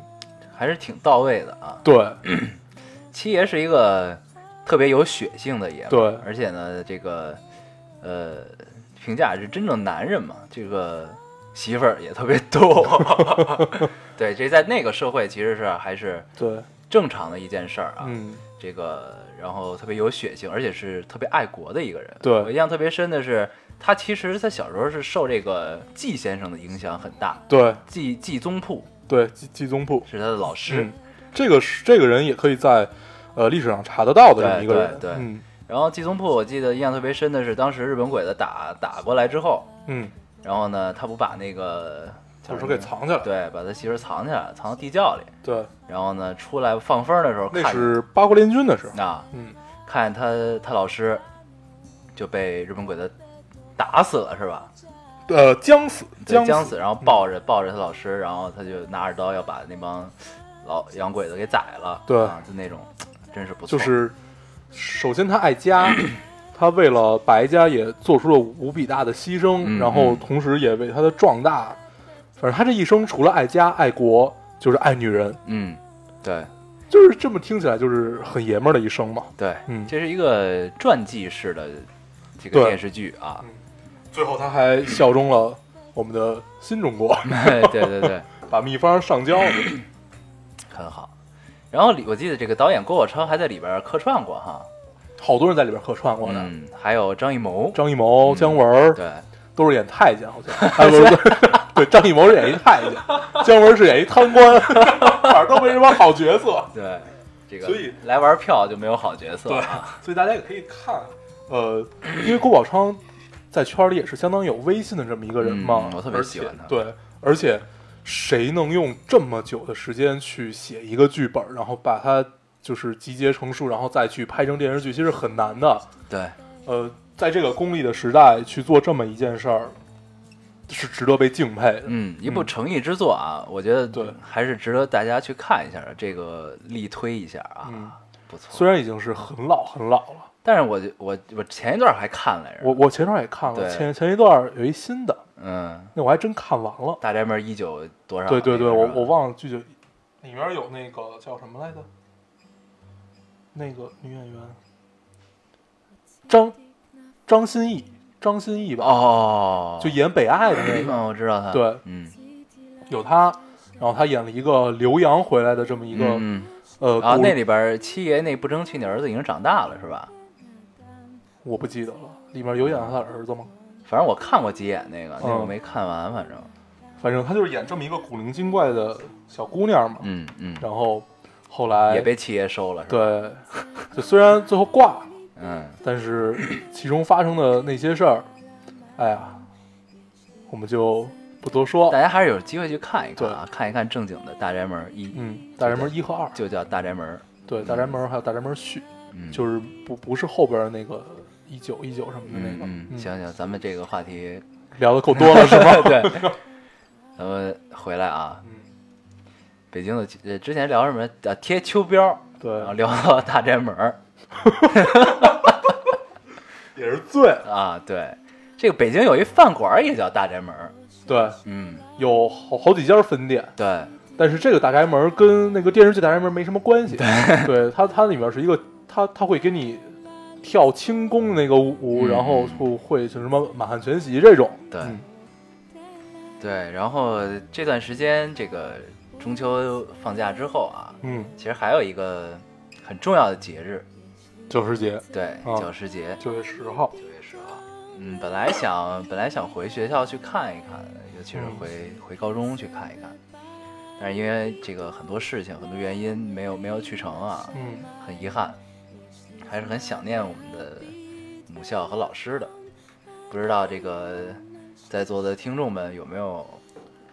Speaker 1: 还是挺到位的啊。
Speaker 3: 对，
Speaker 1: 七爷是一个特别有血性的爷们儿，
Speaker 3: 对
Speaker 1: 而且呢，这个呃，评价是真正男人嘛，这个媳妇儿也特别多， 对，这在那个社会其实是还是
Speaker 3: 对，
Speaker 1: 正常的一件事儿啊，
Speaker 3: 嗯，
Speaker 1: 这个然后特别有血性，而且是特别爱国的一个人。
Speaker 3: 对
Speaker 1: 我印象特别深的是，他其实他小时候是受这个季先生的影响很大，
Speaker 3: 对
Speaker 1: 季季宗铺
Speaker 3: 对，季季宗铺
Speaker 1: 是他的老师，
Speaker 3: 嗯，这个是这个人也可以在呃历史上查得到的这么一个人，
Speaker 1: 对对对
Speaker 3: 嗯
Speaker 1: 然后季宗铺我记得印象特别深的是，当时日本鬼子打打过来之后，
Speaker 3: 嗯，
Speaker 1: 然后呢，他不把那个
Speaker 3: 就是给，藏起
Speaker 1: 叫，什
Speaker 3: 来
Speaker 1: 么对，把他媳妇儿藏起来，藏到地窖里。
Speaker 3: 对，
Speaker 1: 然后呢，出来放风的时候，
Speaker 3: 那
Speaker 1: 看
Speaker 3: 是八国联军的时候，
Speaker 1: 啊，
Speaker 3: 嗯，
Speaker 1: 看他他老师就被日本鬼子打死了，是吧？
Speaker 3: 呃，将死，嗯
Speaker 1: 对，
Speaker 3: 将
Speaker 1: 将死，然后抱着抱着他老师，然后他就拿着刀要把那帮老洋鬼子给宰了。
Speaker 3: 对
Speaker 1: 啊，就那种，真是不错。
Speaker 3: 就是首先他 爱家。他为了白家也做出了无比大的牺牲，
Speaker 1: 嗯
Speaker 3: 然后同时也为他的壮大，反正他这一生除了爱家爱国，就是爱女人，
Speaker 1: 嗯，对
Speaker 3: 就是这么听起来就是很爷们儿的一生嘛。
Speaker 1: 对，
Speaker 3: 嗯
Speaker 1: 这是一个传记式的这个
Speaker 3: 对
Speaker 1: 电视剧 啊。
Speaker 3: 最后他还效忠了我们的新中国，
Speaker 1: 对对对，
Speaker 3: 把秘方上交了。
Speaker 1: 很好。然后里我记得这个导演郭宝昌还在里边客串过哈，
Speaker 3: 好多人在里边客串过呢，
Speaker 1: 嗯，还有张艺谋，
Speaker 3: 张艺谋、姜文儿
Speaker 1: 对
Speaker 3: 都是演太监，好像，哎，不是，不是对，张艺谋是演一太监，姜文是演一贪官，反正都没什么好角色，
Speaker 1: 对，这个
Speaker 3: 所以
Speaker 1: 来玩票就没有好角 色啊，
Speaker 3: 所以大家也可以看，呃，因为郭宝昌在圈里也是相当有威信的这么一个人嘛，
Speaker 1: 嗯我特别喜欢他
Speaker 3: 而且对，而且谁能用这么久的时间去写一个剧本，然后把它就是集结成书，然后再去拍成电视剧，其实很难的。
Speaker 1: 对，
Speaker 3: 呃，在这个功利的时代去做这么一件事儿，是值得被敬佩的。
Speaker 1: 嗯，一部诚意之作啊，我觉得
Speaker 3: 对
Speaker 1: 还是值得大家去看一下的，这个力推一下啊，
Speaker 3: 嗯
Speaker 1: 不错。
Speaker 3: 虽然已经是很老很老了，
Speaker 1: 但是我就我我前一段还看来着，
Speaker 3: 我我前段也看了，
Speaker 1: 对
Speaker 3: 前前一段有一新的，
Speaker 1: 嗯，
Speaker 3: 那我还真看完了。
Speaker 1: 《大宅门》一九多啊少那个
Speaker 3: 对
Speaker 1: 是吧？
Speaker 3: 对对，我我忘了具体，里面有那个叫什么来着？那个女演员张张歆艺，张歆艺吧，
Speaker 1: 哦，
Speaker 3: 就演北爱的那个，
Speaker 1: 嗯，我知道他，
Speaker 3: 对
Speaker 1: 嗯，
Speaker 3: 有她，然后她演了一个留洋回来的这么一
Speaker 1: 一
Speaker 3: 个、
Speaker 1: 嗯，
Speaker 3: 呃，
Speaker 1: 嗯啊，
Speaker 3: 古
Speaker 1: 那里边七爷那不争气，你儿子已经长大了是吧？
Speaker 3: 我不记得了，里面有演她的儿子吗？
Speaker 1: 反正我看过几眼那个，那个
Speaker 3: 嗯
Speaker 1: 我没看完，反正，
Speaker 3: 反正她就是演这么一个古灵精怪的小姑娘嘛。
Speaker 1: 嗯嗯，
Speaker 3: 然后后来
Speaker 1: 也被七爷收了，是吧？
Speaker 3: 对，就虽然最后挂了，
Speaker 1: 嗯，
Speaker 3: 但是其中发生的那些事儿，哎呀，我们就不多说
Speaker 1: 大。家还是有机会去看一看啊，看一看正经的《大宅门一》，
Speaker 3: 嗯，大宅门一和二，
Speaker 1: 就叫《大宅门》，
Speaker 3: 对，大宅门还有大宅门续，
Speaker 1: 嗯，
Speaker 3: 就是不不是后边那个一九一九什么的那
Speaker 1: 嗯
Speaker 3: 个。
Speaker 1: 嗯，
Speaker 3: 嗯
Speaker 1: 行行，咱们这个话 题
Speaker 3: 聊的够多了是吗？
Speaker 1: 对，咱们回来啊，
Speaker 3: 嗯
Speaker 1: 北京的呃之前聊什么？呃，贴秋膘，然后
Speaker 3: 对，
Speaker 1: 聊到大宅门儿
Speaker 3: 也是醉。
Speaker 1: 啊，对，这个北京有一饭馆儿也叫大宅门儿，
Speaker 3: 对，
Speaker 1: 嗯，
Speaker 3: 有好好几家分店，
Speaker 1: 对，
Speaker 3: 但是这个大宅门跟那个电视剧大宅门没什么关系。对，它它里面是一个，它它会给你跳轻功那个舞，
Speaker 1: 嗯
Speaker 3: 然后会会就什么满汉全席这种。
Speaker 1: 对
Speaker 3: 嗯
Speaker 1: 对，然后这段时间这个中秋放假之后啊，
Speaker 3: 嗯，
Speaker 1: 其实还有一个很重要的节日，
Speaker 3: 教师节
Speaker 1: 对，
Speaker 3: 哦
Speaker 1: 教师节，
Speaker 3: 九月十号，
Speaker 1: 九月十号。嗯，本来想本来想回学校去看一看，尤其是回回高中去看一看，但是因为这个很多事情很多原因没有没有去成啊，
Speaker 3: 嗯，
Speaker 1: 很遗憾，还是很想念我们的母校和老师的。不知道这个在座的听众们有没有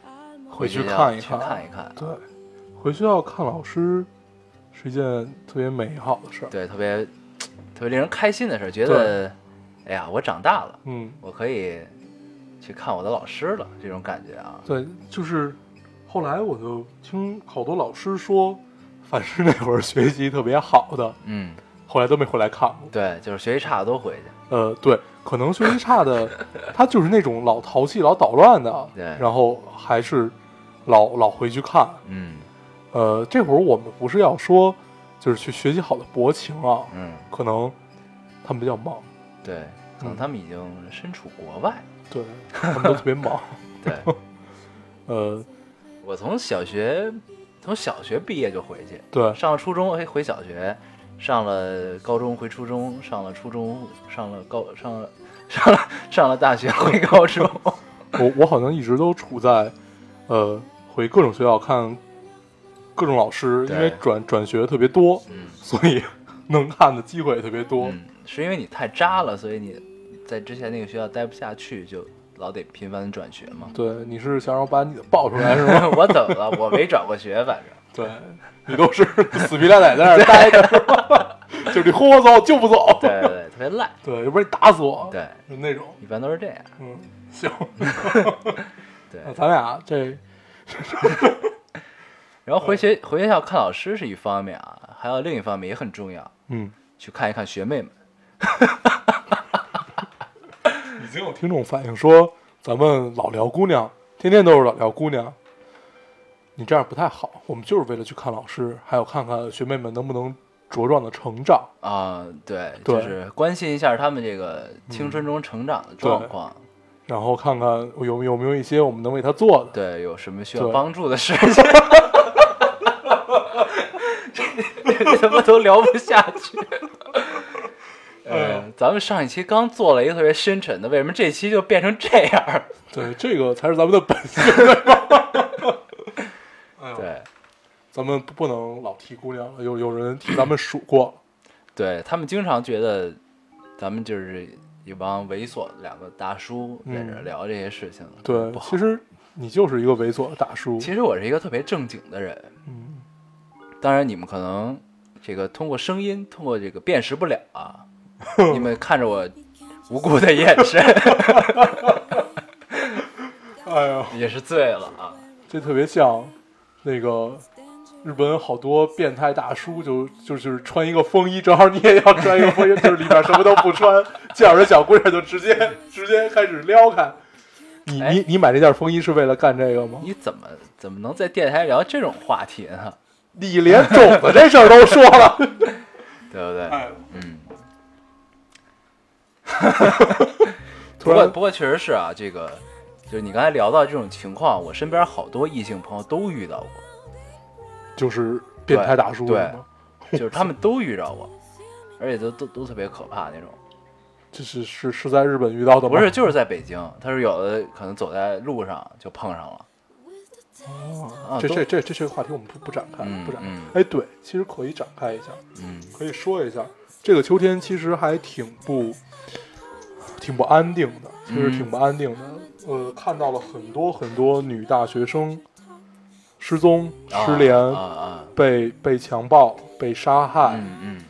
Speaker 3: 嗯回去
Speaker 1: 学校
Speaker 3: 看一
Speaker 1: 去
Speaker 3: 看啊
Speaker 1: 看一看？
Speaker 3: 对，回学校看老师是一件特别美好的事儿。
Speaker 1: 对，特别特别令人开心的事儿，觉得哎呀，我长大了，
Speaker 3: 嗯，
Speaker 1: 我可以去看我的老师了，这种感觉啊。
Speaker 3: 对，就是后来我就听好多老师说，凡是那会儿学习特别好的，
Speaker 1: 嗯，
Speaker 3: 后来都没回来看过。
Speaker 1: 对，就是学习差的都回去，
Speaker 3: 呃，对，可能学习差的，他就是那种老淘气、老捣乱的，
Speaker 1: 对
Speaker 3: 然后还是老老回去看。
Speaker 1: 嗯
Speaker 3: 呃，这会儿我们不是要说，就是去学习好的薄情啊，
Speaker 1: 嗯，
Speaker 3: 可能他们比较忙，嗯
Speaker 1: 对，可能他们已经身处国外，
Speaker 3: 对他们都特 别忙。
Speaker 1: 对
Speaker 3: 呃，
Speaker 1: 我从小学从小学毕业就回去，
Speaker 3: 对，
Speaker 1: 上了初中哎回小学，上了高中回初中，上了初中上了高上了上了上了大学回高中，
Speaker 3: 我我好像一直都处在，呃，回各种学校看各种老师，因为
Speaker 1: 对
Speaker 3: 转转学特别多，
Speaker 1: 嗯
Speaker 3: 所以能看的机会也特别多。
Speaker 1: 嗯，是因为你太渣了，所以你在之前那个学校待不下去，就老得频繁地转学嘛。
Speaker 3: 对，你是想让我把你的爆出来是吗？
Speaker 1: 我怎么了？我没转过学，反正
Speaker 3: 对你都是 死皮赖脸在那儿待着是吧？就是你轰我走就不走，
Speaker 1: 对对对，特别赖。
Speaker 3: 对，要不然你打死我，
Speaker 1: 对，
Speaker 3: 就那种，
Speaker 1: 一般都是这样。
Speaker 3: 嗯，行，
Speaker 1: 对，
Speaker 3: 那咱俩这
Speaker 1: 然后回学回学校看老师是一方面啊，还有另一方面也很重要，
Speaker 3: 嗯，
Speaker 1: 去看一看学妹们。
Speaker 3: 已经有听众反映说咱们老聊姑娘，天天都是老聊姑娘。你这样不太好，我们就是为了去看老师，还有看看学妹们能不能茁壮的成长。
Speaker 1: 啊、对，
Speaker 3: 对嗯
Speaker 1: 就是关心一下他们这个青春中成长的状况，
Speaker 3: 然后看看有有没有一些我们能为他做的。
Speaker 1: 对有什么需要
Speaker 3: 对
Speaker 1: 帮助的事情， 这他妈都聊不下去。
Speaker 3: 哎
Speaker 1: 呃，咱们上一期刚做了一个特别深沉的，为什么这期就变成这样儿？
Speaker 3: 对，这个才是咱们的本性。哎
Speaker 1: 对，
Speaker 3: 咱们不不能老提姑娘了，有有人替咱们数过了。
Speaker 1: 对他们经常觉得咱们就是一帮猥琐两个大叔在这儿
Speaker 3: 嗯
Speaker 1: 聊这些事情，
Speaker 3: 对
Speaker 1: 不，好
Speaker 3: 其实你就是一个猥琐的大叔。
Speaker 1: 其实我是一个特别正经的人，
Speaker 3: 嗯，
Speaker 1: 当然你们可能这个通过声音，通过这个辨识不了啊，你们看着我无辜的眼神
Speaker 3: 哎呀，
Speaker 1: 也是醉了啊。
Speaker 3: 这特别像那个日本好多变态大叔就，就就是穿一个风衣，正好你也要穿一个风衣，就是里边什么都不穿，见着这小姑娘就直接 直接开始撩开。你
Speaker 1: 哎
Speaker 3: 你你买这件风衣是为了干这个吗？
Speaker 1: 你怎么怎么能在电台聊这种话题呢？
Speaker 3: 你连种子这事儿都说 了，
Speaker 1: 对不对？
Speaker 3: 哎，
Speaker 1: 嗯，
Speaker 3: 突
Speaker 1: 不过
Speaker 3: 然
Speaker 1: 不过确实是啊，这个就是你刚才聊到这种情况，我身边好多异性朋友都遇到过，
Speaker 3: 就是变态大叔
Speaker 1: 对
Speaker 3: 是吗
Speaker 1: 就是他们都遇到过，而且都都都特别可怕那种。
Speaker 3: 这是是是在日本遇到的吗？
Speaker 1: 不是，就是在北京。他说有的可能走在路上就碰上了。啊，
Speaker 3: 这
Speaker 1: 都
Speaker 3: 这这这这个话题我们不不展开，
Speaker 1: 嗯
Speaker 3: 不展开。
Speaker 1: 嗯
Speaker 3: 哎，对，其实可以展开一下，
Speaker 1: 嗯
Speaker 3: 可以说一下，这个秋天其实还挺不挺不安定的，其实
Speaker 1: 嗯
Speaker 3: 挺不安定的。呃，看到了很多很多女大学生失踪、
Speaker 1: 啊
Speaker 3: 失联、
Speaker 1: 啊啊，
Speaker 3: 被被强暴、被杀害。
Speaker 1: 嗯嗯。
Speaker 3: 嗯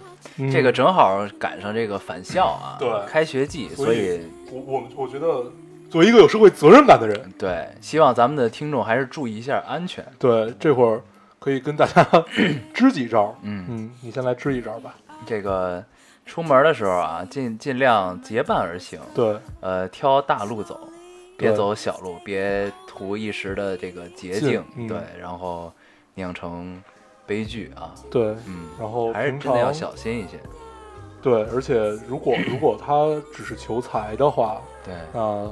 Speaker 1: 这个正好赶上这个返校啊，
Speaker 3: 对
Speaker 1: 开学季，
Speaker 3: 所
Speaker 1: 所
Speaker 3: 以
Speaker 1: 以
Speaker 3: 我我我觉得，作为一个有社会责任感的人，
Speaker 1: 对，希望咱们的听众还是注意一下安全。
Speaker 3: 对这会儿可以跟大家 支几招。
Speaker 1: 嗯，
Speaker 3: 嗯，你先来支一招吧。
Speaker 1: 这个出门的时候啊，尽尽量结伴而行，
Speaker 3: 对，
Speaker 1: 呃，挑大路走，别
Speaker 3: 对
Speaker 1: 走小路，别图一时的这个捷
Speaker 3: 近
Speaker 1: 径，
Speaker 3: 嗯
Speaker 1: 对，然后酿成悲剧啊。
Speaker 3: 对，
Speaker 1: 嗯，
Speaker 3: 然后
Speaker 1: 还是
Speaker 3: 平
Speaker 1: 真的要
Speaker 3: 常
Speaker 1: 小心一些。
Speaker 3: 对，而且如果如果他只是求财的话，
Speaker 1: 对，
Speaker 3: 那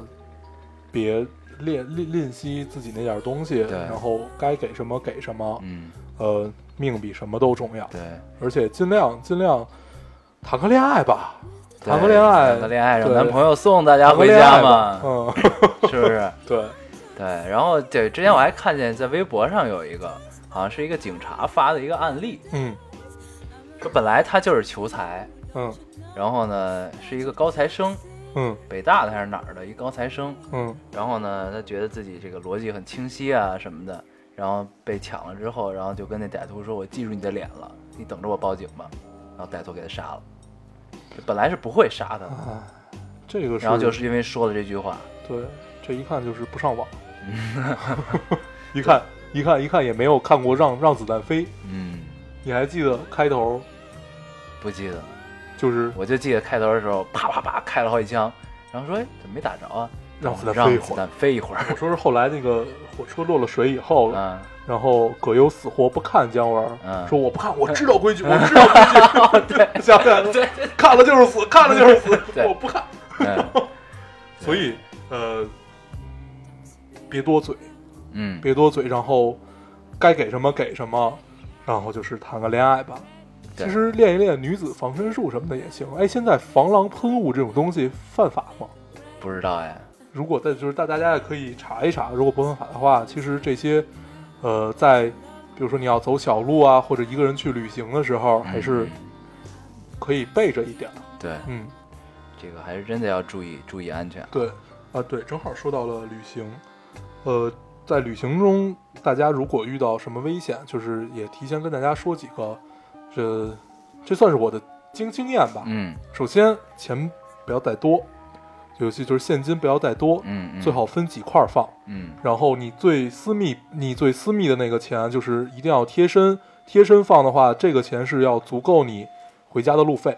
Speaker 3: 别吝吝吝惜自己那点儿东西，
Speaker 1: 对
Speaker 3: 然后该给什么给什么，
Speaker 1: 嗯，
Speaker 3: 呃，命比什么都重要。
Speaker 1: 对，
Speaker 3: 而且尽量尽量谈个恋爱吧，谈个
Speaker 1: 对
Speaker 3: 恋爱，
Speaker 1: 谈个恋爱，让
Speaker 3: 对
Speaker 1: 男朋友送大家
Speaker 3: 谈个
Speaker 1: 回
Speaker 3: 恋
Speaker 1: 家
Speaker 3: 爱
Speaker 1: 嘛，
Speaker 3: 吧嗯，
Speaker 1: 是不 是？
Speaker 3: 对，
Speaker 1: 对，然后对，之前我还看见在微博上有一个，好像是一个警察发的一个案例，
Speaker 3: 嗯
Speaker 1: 说本来他就是求财，
Speaker 3: 嗯
Speaker 1: 然后呢是一个高材生，
Speaker 3: 嗯
Speaker 1: 北大的还是哪儿的一高材生，
Speaker 3: 嗯
Speaker 1: 然后呢他觉得自己这个逻辑很清晰啊什么的，然后被抢了之后，然后就跟那歹徒说：“我记住你的脸了，你等着我报警吧。”然后歹徒给他杀了，本来是不会杀他的，
Speaker 3: 啊，这个是，
Speaker 1: 然后就是因为说了这句话，
Speaker 3: 对，这一看就是不 上网，一看一看一看也没有看过《让让子弹飞》，
Speaker 1: 嗯，
Speaker 3: 你还记得开头
Speaker 1: 不记得了。
Speaker 3: 就是
Speaker 1: 我就记得开头的时候，啪啪啪开了好几枪，然后说：“哎，怎么没打着啊？”
Speaker 3: 让子弹
Speaker 1: 让
Speaker 3: 飞一
Speaker 1: 子
Speaker 3: 会
Speaker 1: 弹
Speaker 3: 儿。
Speaker 1: 飞一会 儿。
Speaker 3: 我说是后来那个火车落了水以后，
Speaker 1: 嗯，
Speaker 3: 然后葛优死活不看姜文，
Speaker 1: 嗯
Speaker 3: 说我不看，我知道 规矩，我知道规矩。 对，想起来了，
Speaker 1: 对
Speaker 3: 看了就是死，看了就是死，
Speaker 1: 对
Speaker 3: 我不看。
Speaker 1: 嗯
Speaker 3: 所以呃，别多嘴，
Speaker 1: 嗯，
Speaker 3: 别多嘴，然后该给什么给什么，然后就是谈个恋爱吧。
Speaker 1: 对
Speaker 3: 其实练一练女子防身术什么的也行。哎，现在防狼喷雾这种东西犯法吗？
Speaker 1: 不知道哎，
Speaker 3: 如果在就是大大家也可以查一查，如果不犯法的话，其实这些，呃，在比如说你要走小路啊，或者一个人去旅行的时候，
Speaker 1: 嗯
Speaker 3: 还是可以备着一点儿。
Speaker 1: 对
Speaker 3: 嗯，
Speaker 1: 这个还是真的要注意注意安全。
Speaker 3: 对，啊，对，正好说到了旅行，呃，在旅行中，大家如果遇到什么危险，就是也提前跟大家说几个，这这算是我的经经验吧。
Speaker 1: 嗯
Speaker 3: 首先，钱不要带多，尤其就是现金不要带多，
Speaker 1: 嗯，嗯
Speaker 3: 最好分几块儿放。
Speaker 1: 嗯
Speaker 3: 然后你最私密，你最私密的那个钱就是一定要贴身，贴身放的话，这个钱是要足够你回家的路费，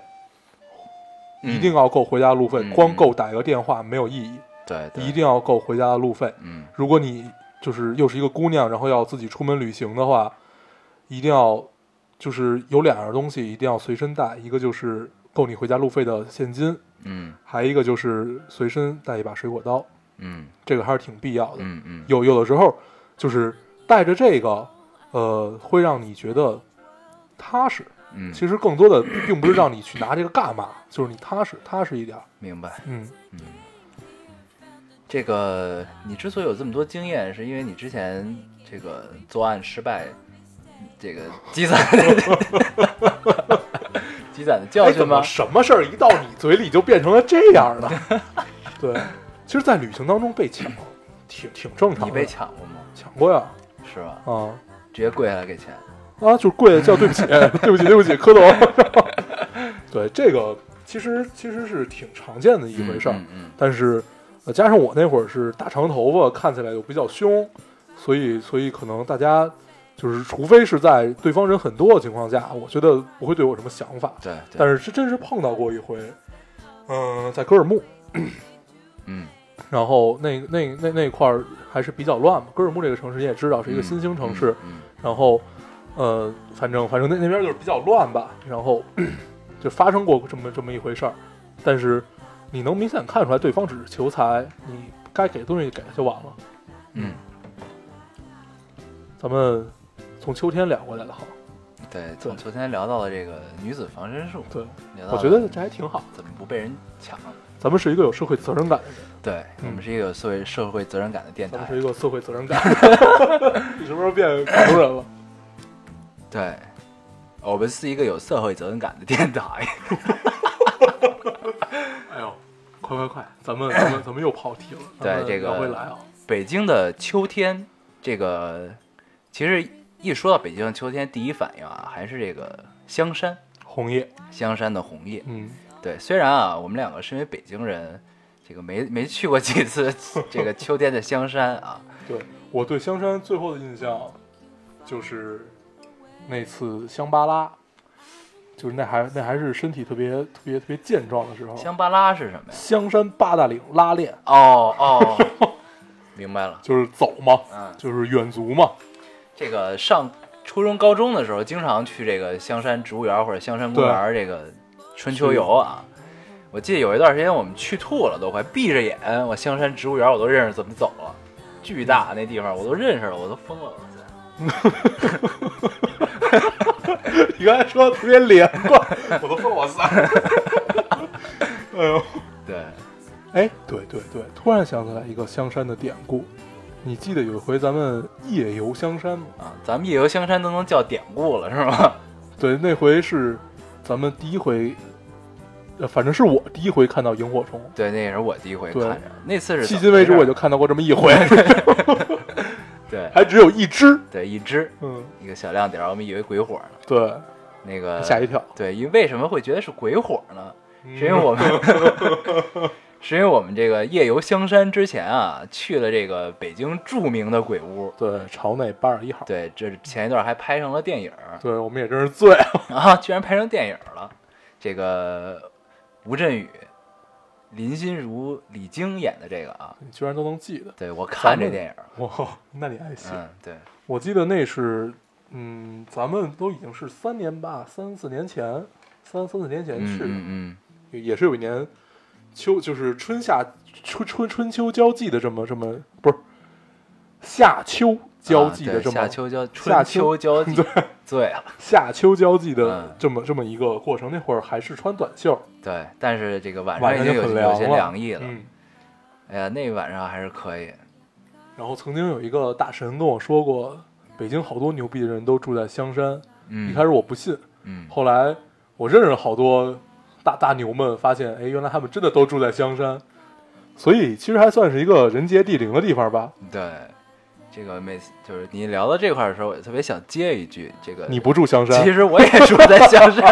Speaker 1: 嗯
Speaker 3: 一定要够回家的路费，
Speaker 1: 嗯
Speaker 3: 光够打个电话没有意义，
Speaker 1: 对对
Speaker 3: 一定要够回家的路费。
Speaker 1: 嗯
Speaker 3: 如果你就是又是一个姑娘，然后要自己出门旅行的话，一定要就是有两样东西一定要随身带，一个就是够你回家路费的现金，
Speaker 1: 嗯
Speaker 3: 还有一个就是随身带一把水果刀，
Speaker 1: 嗯
Speaker 3: 这个还是挺必要的。
Speaker 1: 嗯嗯，
Speaker 3: 有有的时候就是带着这个，呃，会让你觉得踏实。
Speaker 1: 嗯
Speaker 3: 其实更多的并不是让你去拿这个干嘛，就是你踏实踏实一点儿。
Speaker 1: 明白。
Speaker 3: 嗯，
Speaker 1: 这个你之所以有这么多经验，是因为你之前这个作案失败，这个积攒积攒的教
Speaker 3: 哎，
Speaker 1: 训
Speaker 3: 怎么
Speaker 1: 吗？
Speaker 3: 什么事儿一到你嘴里就变成了这样了？ 对，其实，在旅行当中被抢，挺挺正常的。
Speaker 1: 你被抢过吗？
Speaker 3: 抢过呀？
Speaker 1: 是吧？
Speaker 3: 啊
Speaker 1: 直接跪下来给钱。
Speaker 3: 啊，就是跪着叫对不起，哎对不起，对不起，蝌蚪。 对，这个其实其实是挺常见的一回事儿。
Speaker 1: 嗯嗯
Speaker 3: 但是、呃、加上我那会儿是大长头发，看起来又比较凶，所以所以可能大家就是，除非是在对方人很多的情况下，我觉得不会对我有什么想法。
Speaker 1: 对对。
Speaker 3: 但是是真是碰到过一回，嗯、在格尔木，
Speaker 1: 嗯
Speaker 3: 然后那那那那块儿还是比较乱嘛。格尔木这个城市你也知道是一个新兴城市，
Speaker 1: 嗯
Speaker 3: 然后呃，反正反正那那边就是比较乱吧，然后 就发生过这么这么一回事儿，但是你能明显看出来对方只是求财，你该给的东西给就完了。
Speaker 1: 嗯，
Speaker 3: 咱们从秋天聊过来的好，
Speaker 1: 嗯对，从昨天聊到了这个女子防身术，
Speaker 3: 对
Speaker 1: 聊到
Speaker 3: 我觉
Speaker 1: 了
Speaker 3: 得这还挺好。
Speaker 1: 怎么不被人抢，
Speaker 3: 咱们是一个有社会责任感的人，
Speaker 1: 对我们是一个有社会社会责任感的电
Speaker 3: 咱们
Speaker 1: 台
Speaker 3: 是，一个社会责任感。 你什么时候变广东人了？
Speaker 1: 对，我们是一个有社会责任感的电台。
Speaker 3: 哎呦，快快快，咱们咱们咱们又跑题了。
Speaker 1: 对
Speaker 3: 咱们
Speaker 1: 这个
Speaker 3: 聊回来啊，
Speaker 1: 北京的秋天，这个其实一说到北京的秋天，第一反应啊还是这个香山，
Speaker 3: 红叶，
Speaker 1: 香山的红叶。
Speaker 3: 嗯，
Speaker 1: 对，虽然啊我们两个身为北京人，这个没没去过几次这个秋天的香山啊，
Speaker 3: 对我对香山最后的印象就是那次香巴拉，就是那还那还是身体特别特别特别健壮的时候。
Speaker 1: 香巴拉是什么呀？
Speaker 3: 香山八大岭拉练
Speaker 1: 哦哦， 明白了，
Speaker 3: 就是走嘛，
Speaker 1: 嗯，
Speaker 3: 就是远足嘛，
Speaker 1: 这个上初中、高中的时候，经常去这个香山植物园或者香山公园这个春秋游啊。我记得有一段时间我们去吐了，都快闭着眼，我香山植物园我都认识怎么走了，巨大那地方我都认识了，我都疯了。我操
Speaker 3: 你刚才说的特别连贯，我都说我三。哎呦，
Speaker 1: 对，
Speaker 3: 哎，对对对，突然想起来一个香山的典故，你记得有一回咱们夜游香山吗？
Speaker 1: 啊，咱们夜游香山都能叫典故了是 吗？
Speaker 3: 对，那回是咱们第一回，呃，反正是我第一回看到萤火虫，
Speaker 1: 对，那也是我第一回看
Speaker 3: 对
Speaker 1: 着，那次是
Speaker 3: 迄
Speaker 1: 怎
Speaker 3: 今
Speaker 1: 么
Speaker 3: 为
Speaker 1: 回
Speaker 3: 止
Speaker 1: 事
Speaker 3: 我就看到过这么一回，
Speaker 1: 对
Speaker 3: 还只有一只。
Speaker 1: 对一只
Speaker 3: 嗯，
Speaker 1: 一个小亮点儿，我们以为鬼火呢，
Speaker 3: 对，
Speaker 1: 那个
Speaker 3: 吓一跳，
Speaker 1: 对，因为为什么会觉得是鬼火呢？ 是因为我们，是因为我们这个夜游香山之前啊，去了这个北京著名的鬼屋。
Speaker 3: 嗯对朝内八十一号，
Speaker 1: 对，这前一段还拍成了电影儿
Speaker 3: 对我们也真是醉 了。
Speaker 1: 啊，居然拍成电影儿了。这个吴镇宇、林心如、李菁演的这个啊，
Speaker 3: 你居然都能记得，
Speaker 1: 对我
Speaker 3: 咱
Speaker 1: 看
Speaker 3: 们
Speaker 1: 这电影儿，
Speaker 3: 哇，那你还行。
Speaker 1: 嗯，对，
Speaker 3: 我记得那是，嗯，咱们都已经是三年吧，三四年前，三三四年前
Speaker 1: 嗯
Speaker 3: 去的，
Speaker 1: 嗯
Speaker 3: 也也是有一年秋，就是春夏春春春秋交际的这么这么不是夏秋交际
Speaker 1: 啊
Speaker 3: 的
Speaker 1: 对
Speaker 3: 这么、
Speaker 1: 夏秋交
Speaker 3: 夏
Speaker 1: 春秋
Speaker 3: 秋
Speaker 1: 交 际，对啊，
Speaker 3: 夏秋交际的
Speaker 1: 嗯
Speaker 3: 这么、这么一个过程。那会儿还是穿短袖，
Speaker 1: 对，但是这个晚
Speaker 3: 晚
Speaker 1: 上已
Speaker 3: 上
Speaker 1: 经
Speaker 3: 就
Speaker 1: 有
Speaker 3: 很
Speaker 1: 有
Speaker 3: 凉
Speaker 1: 些凉意了。
Speaker 3: 嗯，
Speaker 1: 哎呀，那晚上还是可以，
Speaker 3: 然后曾经有一个大神跟我说过，北京好多牛逼的人都住在香山。
Speaker 1: 嗯，
Speaker 3: 一开始我不信，
Speaker 1: 嗯，
Speaker 3: 后来我认识了好多大大牛们，发现哎，原来他们真的都住在香山，所以其实还算是一个人杰地灵的地方吧。
Speaker 1: 对，这个每次就是你聊到这块儿的时候，我就特别想接一句，这个
Speaker 3: 你不住香
Speaker 1: 其
Speaker 3: 山，
Speaker 1: 实我也住在香山，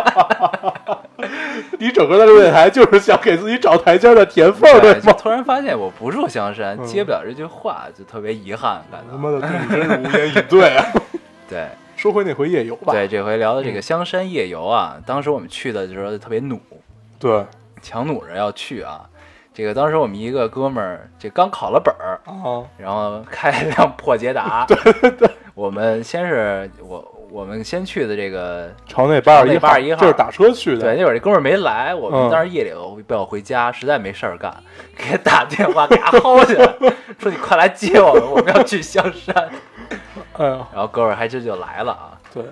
Speaker 3: 你整个的电台就是想给自己找台阶的填缝，哦对
Speaker 1: 就
Speaker 3: 吗？
Speaker 1: 突然发现我不住香山，
Speaker 3: 嗯
Speaker 1: 接不了这句话，就特别遗憾，感
Speaker 3: 他
Speaker 1: 到
Speaker 3: 妈的，对你真是无言以 对啊！
Speaker 1: 对
Speaker 3: 说回那回夜游吧，
Speaker 1: 对，这回聊的这个香山夜游啊，当时我们去的时候就特别努，
Speaker 3: 对
Speaker 1: 强弩着要去啊。这个当时我们一个哥们儿，这刚考了本儿，
Speaker 3: 啊，
Speaker 1: 然后开了辆破捷达。对对对，我们先是我我们先去的这个
Speaker 3: 朝内八
Speaker 1: 朝内
Speaker 3: 一
Speaker 1: 821号
Speaker 3: 这是打车去的
Speaker 1: 对，，那会儿这哥们儿没来，我们
Speaker 3: 嗯
Speaker 1: 当时夜里我不要回家，实在没事儿干，给他打电话，给他薅起来， 说你快来接我们，我们要去香山。
Speaker 3: 哎呀，
Speaker 1: 然后哥们儿还真就来了啊！
Speaker 3: 对，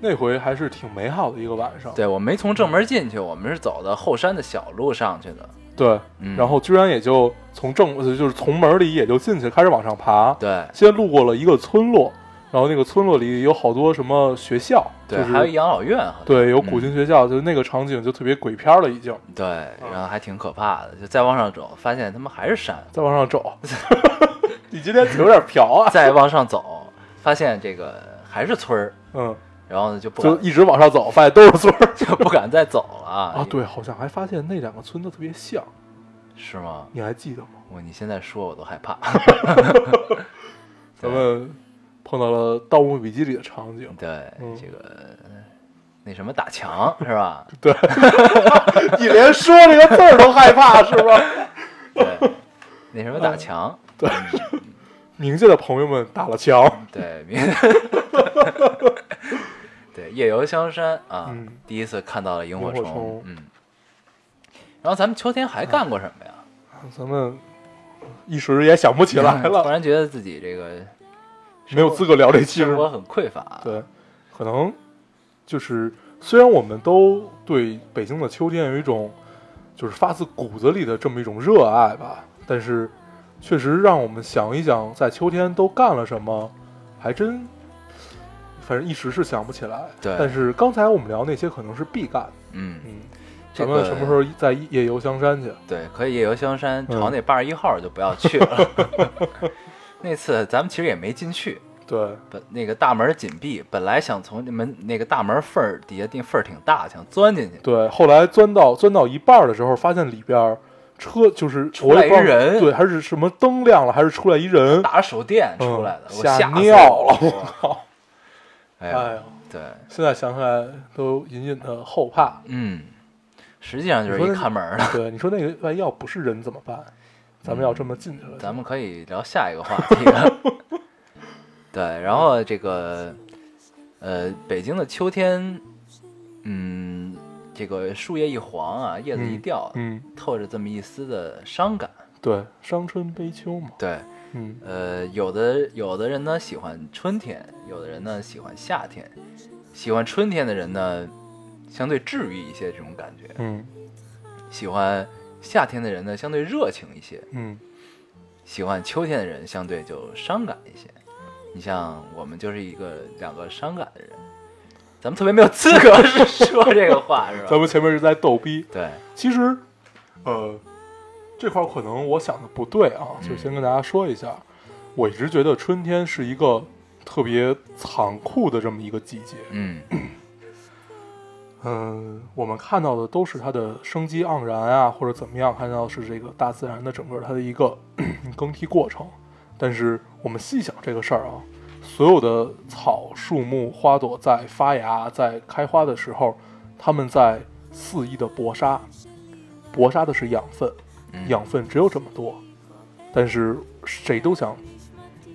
Speaker 3: 那回还是挺美好的一个晚上，
Speaker 1: 对，我没从正门进去，我们是走的后山的小路上去的。
Speaker 3: 对，
Speaker 1: 嗯，
Speaker 3: 然后居然也就从正就是从门里也就进去，开始往上爬，
Speaker 1: 对
Speaker 3: 先路过了一个村落，然后那个村落里有好多什么学校，
Speaker 1: 对，
Speaker 3: 就是
Speaker 1: 还有嗯养老院好像。
Speaker 3: 对有古今学校，就是那个场景就特别鬼片儿了，已经。
Speaker 1: 对，然后还挺可怕的。就再往上走，发现他妈还是山；
Speaker 3: 再往上走，你今天有点 瓢啊，
Speaker 1: 再往上走，发现这个还是村儿。
Speaker 3: 嗯，
Speaker 1: 然后呢，就不哎
Speaker 3: 就
Speaker 1: 敢
Speaker 3: 一直往上走，发现都是村儿
Speaker 1: 就不敢再走了啊
Speaker 3: 啊。对，好像还发现那两个村子特别像，
Speaker 1: 是吗？
Speaker 3: 你还记得吗？
Speaker 1: 我你现在说我都害怕。
Speaker 3: 咱们碰到了《盗墓笔记》里的 场景，
Speaker 1: 对，
Speaker 3: 嗯
Speaker 1: 这个那什么打墙是 吧？
Speaker 3: 对，你连说这个字儿都害怕是吧？
Speaker 1: 对，那什么打墙，
Speaker 3: 冥界的朋友们打了墙，
Speaker 1: 对， 明对，夜游香山啊，
Speaker 3: 嗯
Speaker 1: 第一次看到了萤火
Speaker 3: 萤火虫
Speaker 1: 嗯。然后咱们秋天还干过什么呀？
Speaker 3: 咱们一时也想不嗯起来了
Speaker 1: 突。然觉得自己这个
Speaker 3: 没有资格聊这期是
Speaker 1: 生活
Speaker 3: 吗？
Speaker 1: 很匮乏。
Speaker 3: 对，可能就是虽然我们都对北京的秋天有一种就是发自骨子里的这么一种热爱吧。但是，确实让我们想一想，在秋天都干了什么，还真，反正一时是想不起来。
Speaker 1: 对
Speaker 3: 但是刚才我们聊那些可能是必干的，
Speaker 1: 嗯，
Speaker 3: 嗯，
Speaker 1: 这
Speaker 3: 咱
Speaker 1: 个
Speaker 3: 们什么时候再夜游香山去？
Speaker 1: 对，可以夜游香山，
Speaker 3: 嗯
Speaker 1: 朝那八十一号就不要去 了。 那次咱们其实也没进去，
Speaker 3: 对，
Speaker 1: 本那个大门紧闭，本来想从那门那个大门缝儿底下那缝儿挺大，想钻进去。
Speaker 3: 对，后来钻到钻到一半儿的时候，发现里边儿车就是
Speaker 1: 出
Speaker 3: 我也
Speaker 1: 来一
Speaker 3: 不知道
Speaker 1: 人
Speaker 3: 对，还是什么灯亮了，还是出来一人，
Speaker 1: 打着手电出来的，
Speaker 3: 嗯
Speaker 1: 我
Speaker 3: 吓
Speaker 1: 死
Speaker 3: 尿了
Speaker 1: 我
Speaker 3: 靠！
Speaker 1: 哎
Speaker 3: 哎
Speaker 1: 呀，
Speaker 3: 呀，
Speaker 1: 对，
Speaker 3: 现在想起来都隐隐的 后怕。
Speaker 1: 嗯，实际上就是
Speaker 3: 你
Speaker 1: 一
Speaker 3: 说那
Speaker 1: 看门儿 的。
Speaker 3: 对，你说那个万一要不是人怎么办？咱们要这么进去了，
Speaker 1: 咱们可以聊下一个话题了。 对，然后这个呃，北京的秋天，嗯，这个树叶一黄啊，叶子一掉，
Speaker 3: 嗯，
Speaker 1: 透着这么一丝的伤感。
Speaker 3: 对，伤春悲秋嘛，
Speaker 1: 对，
Speaker 3: 嗯，
Speaker 1: 呃，有的有的人呢喜欢春天，有的人呢喜欢夏天，喜欢春天的人呢，相对治愈一些这种感觉；
Speaker 3: 嗯
Speaker 1: 喜欢夏天的人呢，相对热情一些；
Speaker 3: 嗯，
Speaker 1: 喜欢秋天的人，相对就伤感一些。你像我们就是一个两个伤感的人，咱们特别没有资格说这个话， 是
Speaker 3: 咱
Speaker 1: 吧？
Speaker 3: 们前面是在逗逼，
Speaker 1: 对，
Speaker 3: 其实，呃，这块儿可能我想的不对啊，
Speaker 1: 嗯
Speaker 3: 就先跟大家说一下，我一直觉得春天是一个特别残酷的这么一个季节。
Speaker 1: 嗯
Speaker 3: 嗯，我们看到的都是它的生机盎然啊，或者怎么样，看到是这个大自然的整个它的一个 更替过程。但是我们细想这个事儿啊，所有的草、树木、花朵在发芽、在开花的时候，它们在肆意的搏杀，搏杀的是养分，
Speaker 1: 嗯，
Speaker 3: 养分只有这么多，但是谁都想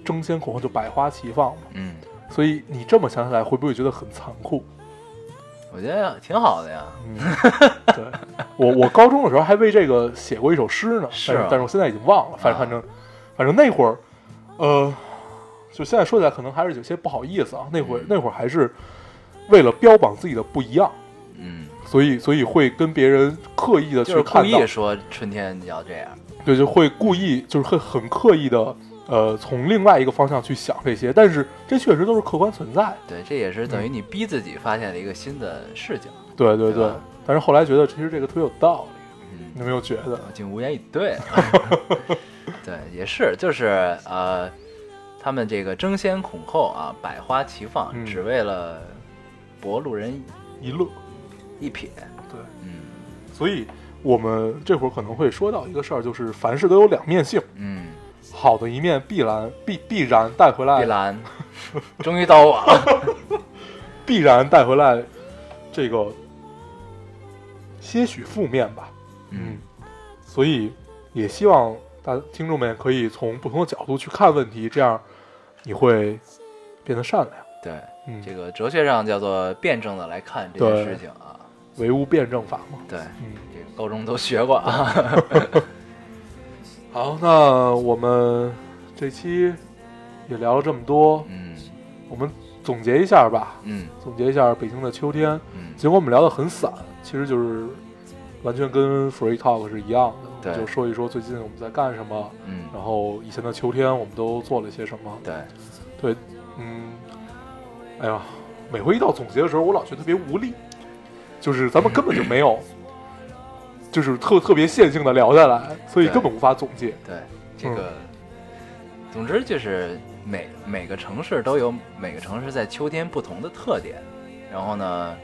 Speaker 3: 争先恐后就百花齐放嘛。
Speaker 1: 嗯，
Speaker 3: 所以你这么想起来，会不会觉得很残酷？
Speaker 1: 我觉得挺好的呀。
Speaker 3: 嗯， 对我我高中的时候还为这个写过一首诗呢，
Speaker 1: 是
Speaker 3: 但
Speaker 1: 啊
Speaker 3: 但是我现在已经忘了，反
Speaker 1: 啊
Speaker 3: 正反正反正那会儿，呃，就现在说起来可能还是有些不好意思啊，那会儿
Speaker 1: 嗯
Speaker 3: 那会儿还是为了标榜自己的不一样，
Speaker 1: 嗯，
Speaker 3: 所以所以会跟别人刻意的
Speaker 1: 就
Speaker 3: 去
Speaker 1: 是故
Speaker 3: 看到
Speaker 1: 意，说春天你要这样。
Speaker 3: 对，就会故意就是会很刻意的。呃，从另外一个方向去想这些，但是这确实都是客观存在的。
Speaker 1: 对，这也是等于你逼自己发现了一个新的视角。
Speaker 3: 对对啊
Speaker 1: 对
Speaker 3: 对
Speaker 1: 吧。
Speaker 3: 但是后来觉得其实这个特别有道理，
Speaker 1: 嗯，
Speaker 3: 你有没有觉得？
Speaker 1: 我竟无言以对了。对，也是，就是呃，他们这个争先恐后啊，百花齐放，
Speaker 3: 嗯
Speaker 1: 只为了博路人
Speaker 3: 一乐，
Speaker 1: 一瞥。
Speaker 3: 对。
Speaker 1: 嗯
Speaker 3: 所以我们这会儿可能会说到一个事儿，就是凡事都有两面性，
Speaker 1: 嗯，
Speaker 3: 好的一面必然必必然带回来，
Speaker 1: 碧蓝，终于到我了。
Speaker 3: 必然带回来这个些许负面吧。
Speaker 1: 嗯，
Speaker 3: 所以也希望大听众们可以从不同的角度去看问题，这样你会变得善良。
Speaker 1: 对，
Speaker 3: 嗯，
Speaker 1: 这个哲学上叫做辩证的来看这件
Speaker 3: 对
Speaker 1: 事情啊。
Speaker 3: 唯物辩证法嘛。
Speaker 1: 对，
Speaker 3: 嗯，
Speaker 1: 这个高中都学过啊。
Speaker 3: 好，那我们这期也聊了这么多，
Speaker 1: 嗯
Speaker 3: 我们总结一下吧。
Speaker 1: 嗯
Speaker 3: 总结一下北京的秋天，
Speaker 1: 嗯，
Speaker 3: 尽管我们聊得很散，其实就是完全跟 Free Talk 是一样的，
Speaker 1: 对
Speaker 3: 就说一说最近我们在干什么，
Speaker 1: 嗯，
Speaker 3: 然后以前的秋天我们都做了些什么。
Speaker 1: 对，
Speaker 3: 对，嗯，哎呀，每回一到总结的时候，我老觉得特别无力，就是咱们根本就没有， 就是特特别线性的聊下来，所以
Speaker 1: 对
Speaker 3: 根本无法总结。
Speaker 1: 对，这
Speaker 3: 嗯
Speaker 1: 个，总之就是每每个城市都有每个城市在秋天不同的特点，然后呢，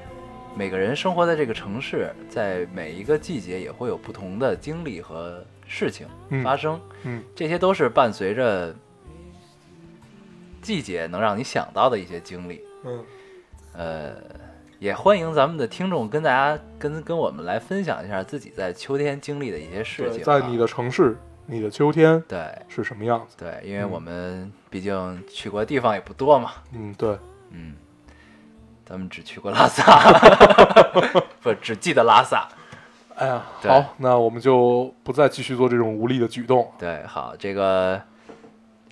Speaker 1: 每个人生活在这个城市，在每一个季节也会有不同的经历和事情
Speaker 3: 嗯
Speaker 1: 发生，
Speaker 3: 嗯，
Speaker 1: 这些都是伴随着季节能让你想到的一些经历。
Speaker 3: 嗯，
Speaker 1: 呃，也欢迎咱们的听众跟大家跟跟我们来分享一下自己在秋天经历的一些事
Speaker 3: 对，
Speaker 1: 情、啊，
Speaker 3: 在你的城市，你的秋天
Speaker 1: 对。
Speaker 3: 是什么样子？
Speaker 1: 对，因为
Speaker 3: 嗯
Speaker 1: 我们毕竟去过的地方也不多嘛，
Speaker 3: 嗯，对，
Speaker 1: 嗯，咱们只去过拉萨，不只记得拉萨。
Speaker 3: 哎呀，
Speaker 1: 对
Speaker 3: 好，那我们就不再继续做这种无力的举动。
Speaker 1: 对，好，这个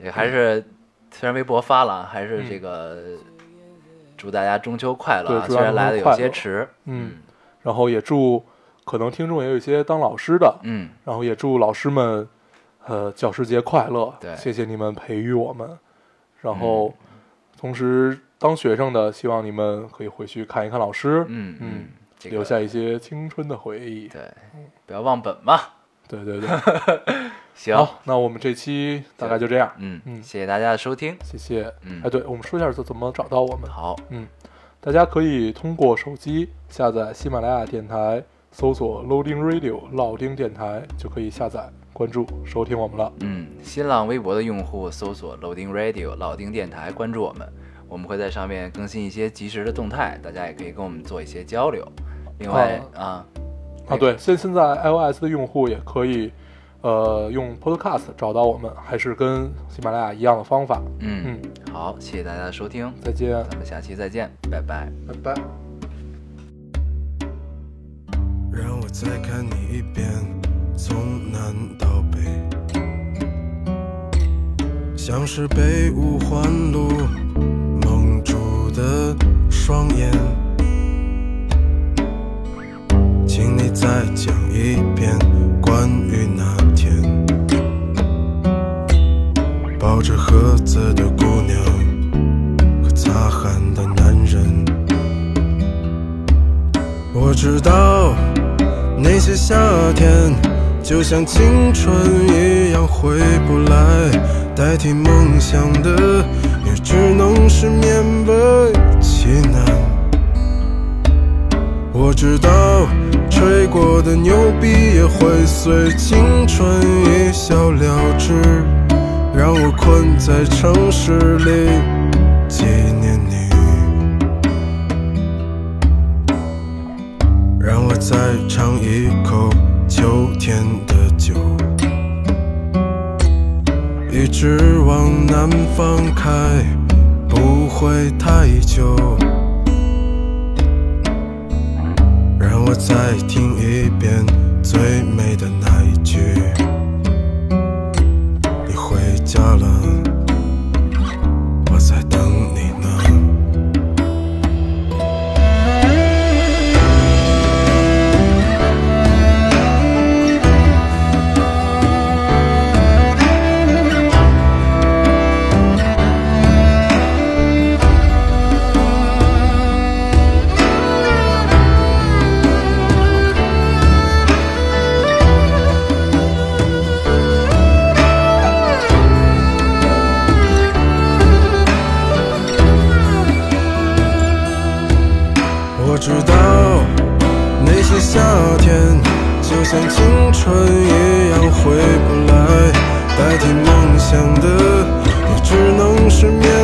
Speaker 1: 也还是、
Speaker 3: 嗯
Speaker 1: 虽然微博发了，还是这个、祝大家中秋快乐啊！
Speaker 3: 对祝
Speaker 1: 虽
Speaker 3: 大家
Speaker 1: 然来的
Speaker 3: 中
Speaker 1: 有
Speaker 3: 秋快
Speaker 1: 些
Speaker 3: 乐
Speaker 1: 迟，
Speaker 3: 嗯，然后也祝可能听众也有一些当老师的，
Speaker 1: 嗯，
Speaker 3: 然后也祝老师们，呃，教师节快乐！
Speaker 1: 对嗯
Speaker 3: 谢谢你们培育我们。然后，同时当学生的，希望你们可以回去看一看老师，
Speaker 1: 嗯
Speaker 3: 嗯，
Speaker 1: 这个
Speaker 3: 留下一些青春的回忆。
Speaker 1: 对，不要忘本嘛。
Speaker 3: 对 对对，
Speaker 1: 行，
Speaker 3: 好，那我们这期大概就这样，
Speaker 1: 嗯
Speaker 3: 嗯
Speaker 1: 谢谢大家的收听。
Speaker 3: 谢谢。
Speaker 1: 嗯
Speaker 3: 哎，对，我们说一下怎怎么找到我们。
Speaker 1: 好，
Speaker 3: 嗯，大家可以通过手机下载喜马拉雅电台，搜索 Loading Radio 老丁电台，就可以下载关注收听我们了。
Speaker 1: 嗯，新浪微博的用户搜索 Loading Radio 老丁电台，关注我们，我们会在上面更新一些及时的动态，大家也可以跟我们做一些交流。另外啊，
Speaker 3: 啊，对，现现在 iOS 的用户也可以，呃，用 Podcast 找到我们，还是跟喜马拉雅一样的方法。
Speaker 1: 嗯，
Speaker 3: 嗯，
Speaker 1: 好，谢谢大家的收听，
Speaker 3: 再见，
Speaker 1: 咱们下期再见，拜拜。
Speaker 3: 拜拜。
Speaker 4: 让我再看你一遍，从南到北，像是被五环路蒙住的双眼。请你再讲一遍关于那天，抱着盒子的姑娘和擦汗的男人。我知道那些夏天就像青春一样回不来，代替梦想的也只能是勉为其难。我知道吹过的牛逼也会随青春一笑了之，让我困在城市里纪念你。让我再尝一口秋天的酒，一直往南方开，不会太久。让我再听一遍最美的那一句，你回家了，我在等你呢。我知道那些夏天就像青春一样回不来，代替梦想的也只能是勉